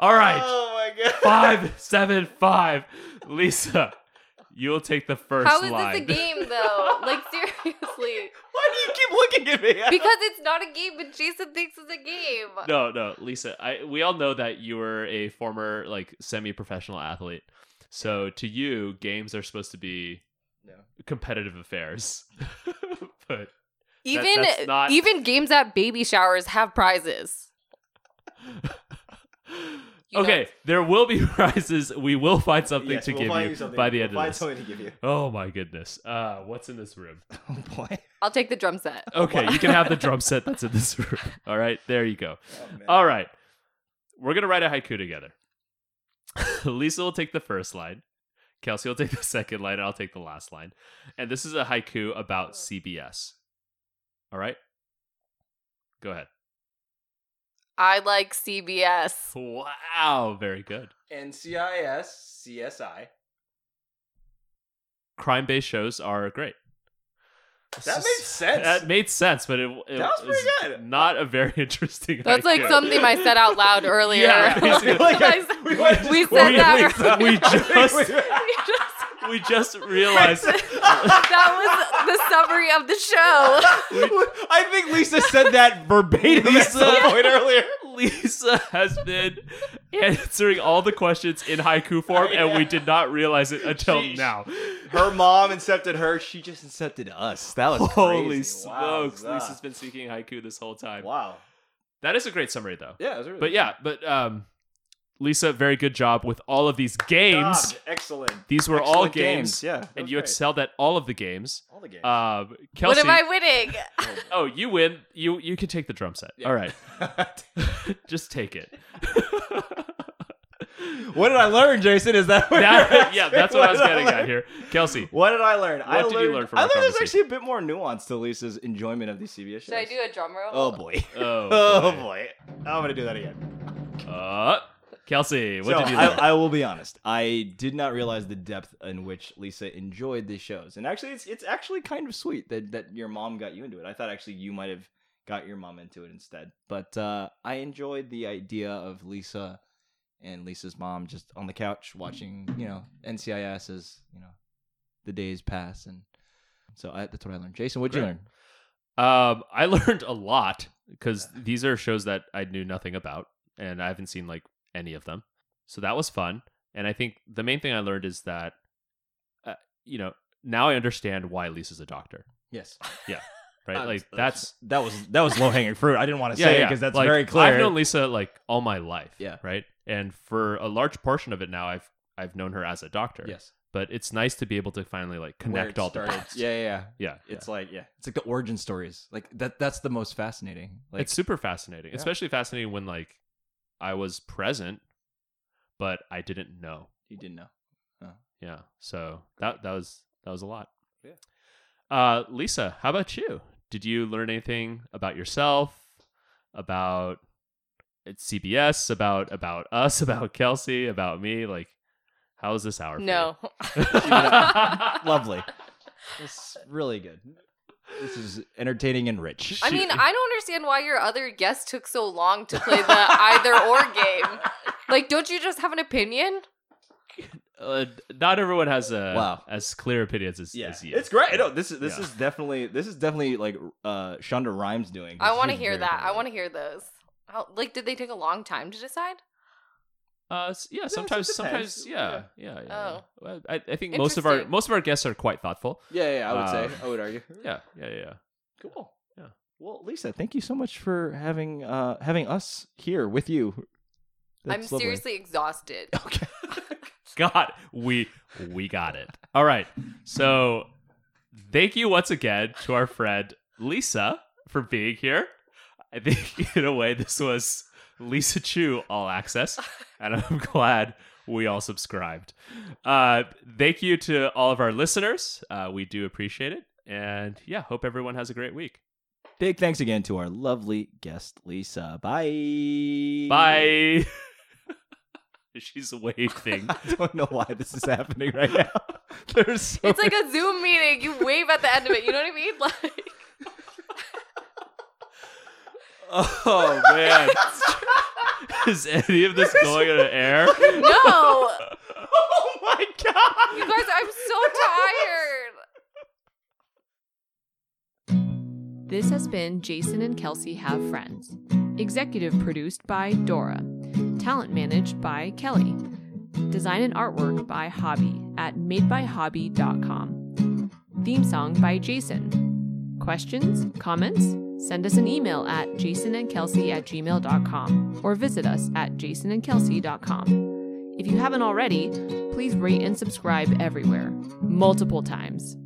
Speaker 1: All right.
Speaker 4: Oh my god.
Speaker 1: Five, seven, five. Lisa, you'll take the first
Speaker 2: How is
Speaker 1: line.
Speaker 2: this a game though? Like seriously.
Speaker 4: Why do you keep looking at me?
Speaker 2: Because it's not a game, but Jason thinks it's a game.
Speaker 1: No, no, Lisa. I we all know that you were a former like semi-professional athlete. So to you, games are supposed to be
Speaker 4: No.
Speaker 1: competitive affairs. but
Speaker 2: even
Speaker 1: that's not-
Speaker 2: even games at baby showers have prizes. know
Speaker 1: okay,
Speaker 2: it's-
Speaker 1: there will be prizes. We will find something to give you by the end of this.
Speaker 4: to give you.
Speaker 1: Oh my goodness. Uh, what's in this room?
Speaker 4: Oh boy.
Speaker 2: I'll take the drum set.
Speaker 1: Okay, you can have the drum set that's in this room. All right, there you go.
Speaker 4: Oh,
Speaker 1: All right. We're going to write a haiku together. Lisa will take the first line. Kelsey will take the second line, and I'll take the last line. And this is a haiku about CBS. All right? Go ahead.
Speaker 2: I like CBS.
Speaker 1: Wow, very good.
Speaker 4: NCIS CSI.
Speaker 1: Crime based shows are great. This
Speaker 4: That
Speaker 1: is-
Speaker 4: made sense.
Speaker 1: That made sense, but it, it
Speaker 4: That was pretty good.
Speaker 1: not a very interesting
Speaker 2: That's like
Speaker 1: haiku.
Speaker 2: something I said out loud earlier.
Speaker 1: Yeah,
Speaker 4: I feel like I- we might have just
Speaker 2: We said
Speaker 4: quoted
Speaker 2: that
Speaker 1: earlier.
Speaker 4: Lisa.
Speaker 1: We just-
Speaker 4: Wait, wait, wait.
Speaker 1: We just realized
Speaker 2: that was the summary of the show.
Speaker 4: I think Lisa said that verbatim at
Speaker 1: Lisa-
Speaker 4: some point earlier.
Speaker 1: Lisa has been answering all the questions in haiku form, and we did not realize it until
Speaker 4: Sheesh.
Speaker 1: now.
Speaker 4: Her mom incepted her. She just incepted us. That was
Speaker 1: Holy
Speaker 4: crazy. Wow,
Speaker 1: smokes!
Speaker 4: that-
Speaker 1: Lisa's been speaking haiku this whole time.
Speaker 4: wow.
Speaker 1: That is a great summary, though.
Speaker 4: Yeah, it was really
Speaker 1: But yeah, but um, Lisa, very good job with all of these games.
Speaker 4: Dobbed. Excellent.
Speaker 1: These were all
Speaker 4: Excellent
Speaker 1: games,
Speaker 4: Yeah, that
Speaker 1: and
Speaker 4: was
Speaker 1: you
Speaker 4: great.
Speaker 1: excelled at all of the games.
Speaker 4: all the games.
Speaker 1: Um,
Speaker 2: what
Speaker 1: Kelsey,
Speaker 2: am I winning?
Speaker 1: oh, you win. You you can take the drum set.
Speaker 4: Yeah.
Speaker 1: All right, just take it.
Speaker 4: What did I learn, Jason? Is that what you're
Speaker 1: That-
Speaker 4: asking?
Speaker 1: yeah, that's what, I was
Speaker 4: did
Speaker 1: getting at
Speaker 4: learn?
Speaker 1: here. Kelsey,
Speaker 4: What did I learn? I
Speaker 1: What did
Speaker 4: learned,
Speaker 1: you learn from
Speaker 4: I
Speaker 1: our
Speaker 4: learned there's
Speaker 1: conversation?
Speaker 4: actually a bit more nuance to Lisa's enjoyment of these CBS shows.
Speaker 2: Should I do a drum roll?
Speaker 4: Oh boy.
Speaker 1: Oh,
Speaker 4: Oh
Speaker 1: boy.
Speaker 4: boy. I'm gonna do that again.
Speaker 1: Uh, Kelsey, what
Speaker 4: so
Speaker 1: did you
Speaker 4: I,
Speaker 1: learn?
Speaker 4: I will be honest. I did not realize the depth in which Lisa enjoyed these shows, and actually, it's it's actually kind of sweet that that your mom got you into it. I thought actually you might have got your mom into it instead, but uh, I enjoyed the idea of Lisa and Lisa's mom just on the couch watching, you know, NCIS as you know the days pass, and so I, that's what I learned. Jason, what'd you
Speaker 1: Great.
Speaker 4: learn?
Speaker 1: Um, I learned a lot because these are shows that I knew nothing about, and I haven't seen like any of them. So that was fun, and I think the main thing I learned is that, uh, you know, now I understand why Lisa's a doctor,
Speaker 4: Yes,
Speaker 1: right?
Speaker 4: Uh,
Speaker 1: like that's
Speaker 4: that's- that was that was low hanging fruit. I didn't want to
Speaker 1: yeah,
Speaker 4: say it
Speaker 1: yeah.
Speaker 4: because that's
Speaker 1: Like,
Speaker 4: very clear.
Speaker 1: I've known Lisa like all my life,
Speaker 4: Yeah.
Speaker 1: right. And for a large portion of it now, I've I've known her as a doctor.
Speaker 4: yes,
Speaker 1: but it's nice to be able to finally like
Speaker 4: Where
Speaker 1: connect
Speaker 4: it
Speaker 1: all
Speaker 4: started.
Speaker 1: the dots.
Speaker 4: Yeah, yeah, yeah.
Speaker 1: yeah,
Speaker 4: It's like yeah, it's like the origin stories. Like that. That's the most fascinating. Like
Speaker 1: it's super fascinating,
Speaker 4: Yeah.
Speaker 1: especially fascinating when like I was present, but I didn't know.
Speaker 4: you didn't know.
Speaker 1: Yeah, so that that was that was a lot.
Speaker 4: Yeah.
Speaker 1: Uh, Lisa, how about you? Did you learn anything about yourself, about uh, CBS, about about us, about Kelsey, about me? Like, how was this hour? for
Speaker 2: No.
Speaker 1: you?
Speaker 4: Lovely. It's really good. This is entertaining and rich.
Speaker 2: I
Speaker 1: She-
Speaker 2: mean, I don't understand why your other guest took so long to play the either or game. Like, don't you just have an opinion?
Speaker 1: Uh, not everyone has a
Speaker 4: Wow.
Speaker 1: as clear opinions as,
Speaker 4: Yeah,
Speaker 1: as you.
Speaker 4: it's great. No, this is this
Speaker 1: Yeah.
Speaker 4: is definitely this is definitely like uh Shonda Rhimes doing.
Speaker 2: I want to hear that. I want to hear those. How, like, did they take a long time to decide?
Speaker 1: Uh, s- yeah.
Speaker 4: it
Speaker 1: Sometimes,
Speaker 4: depends.
Speaker 1: sometimes, yeah, yeah, yeah. yeah.
Speaker 2: Oh.
Speaker 1: Well, I, I think most of our
Speaker 2: Interesting.
Speaker 1: most of our guests are quite thoughtful.
Speaker 4: to. Yeah, yeah. I would
Speaker 1: Uh,
Speaker 4: say. I would argue.
Speaker 1: Yeah, yeah, yeah.
Speaker 4: Cool.
Speaker 1: Yeah.
Speaker 4: Well, Lisa, thank you so much for having uh having us here with you.
Speaker 2: I'm
Speaker 4: That's lovely.
Speaker 2: seriously exhausted.
Speaker 4: okay.
Speaker 1: God, we we got it. All right. So, thank you once again to our friend Lisa for being here. I think in a way this was Lisa Chu all access, and I'm glad we all subscribed. Uh, thank you to all of our listeners. Uh, we do appreciate it, and yeah, hope everyone has a great week.
Speaker 4: Big thanks again to our lovely guest, Lisa. Bye.
Speaker 1: Bye. She's waving.
Speaker 4: I don't know why this is happening right now. There's so
Speaker 2: It's like a Zoom meeting. You wave at the end of it. You know what I mean? Like,
Speaker 1: oh man. Is any of this going on air?
Speaker 2: no.
Speaker 4: Oh my god!
Speaker 2: You guys, I'm so tired. This has been Jason and Kelsey Have Friends. Executive produced by Dora. Talent managed by Kelly. Design and artwork by Hobby at madebyhobby.com. Theme song by Jason. Questions? Comments? Send us an email at jasonandkelsey at gmail.com or visit us at jasonandkelsey.com. If you haven't already, please rate and subscribe everywhere, multiple times.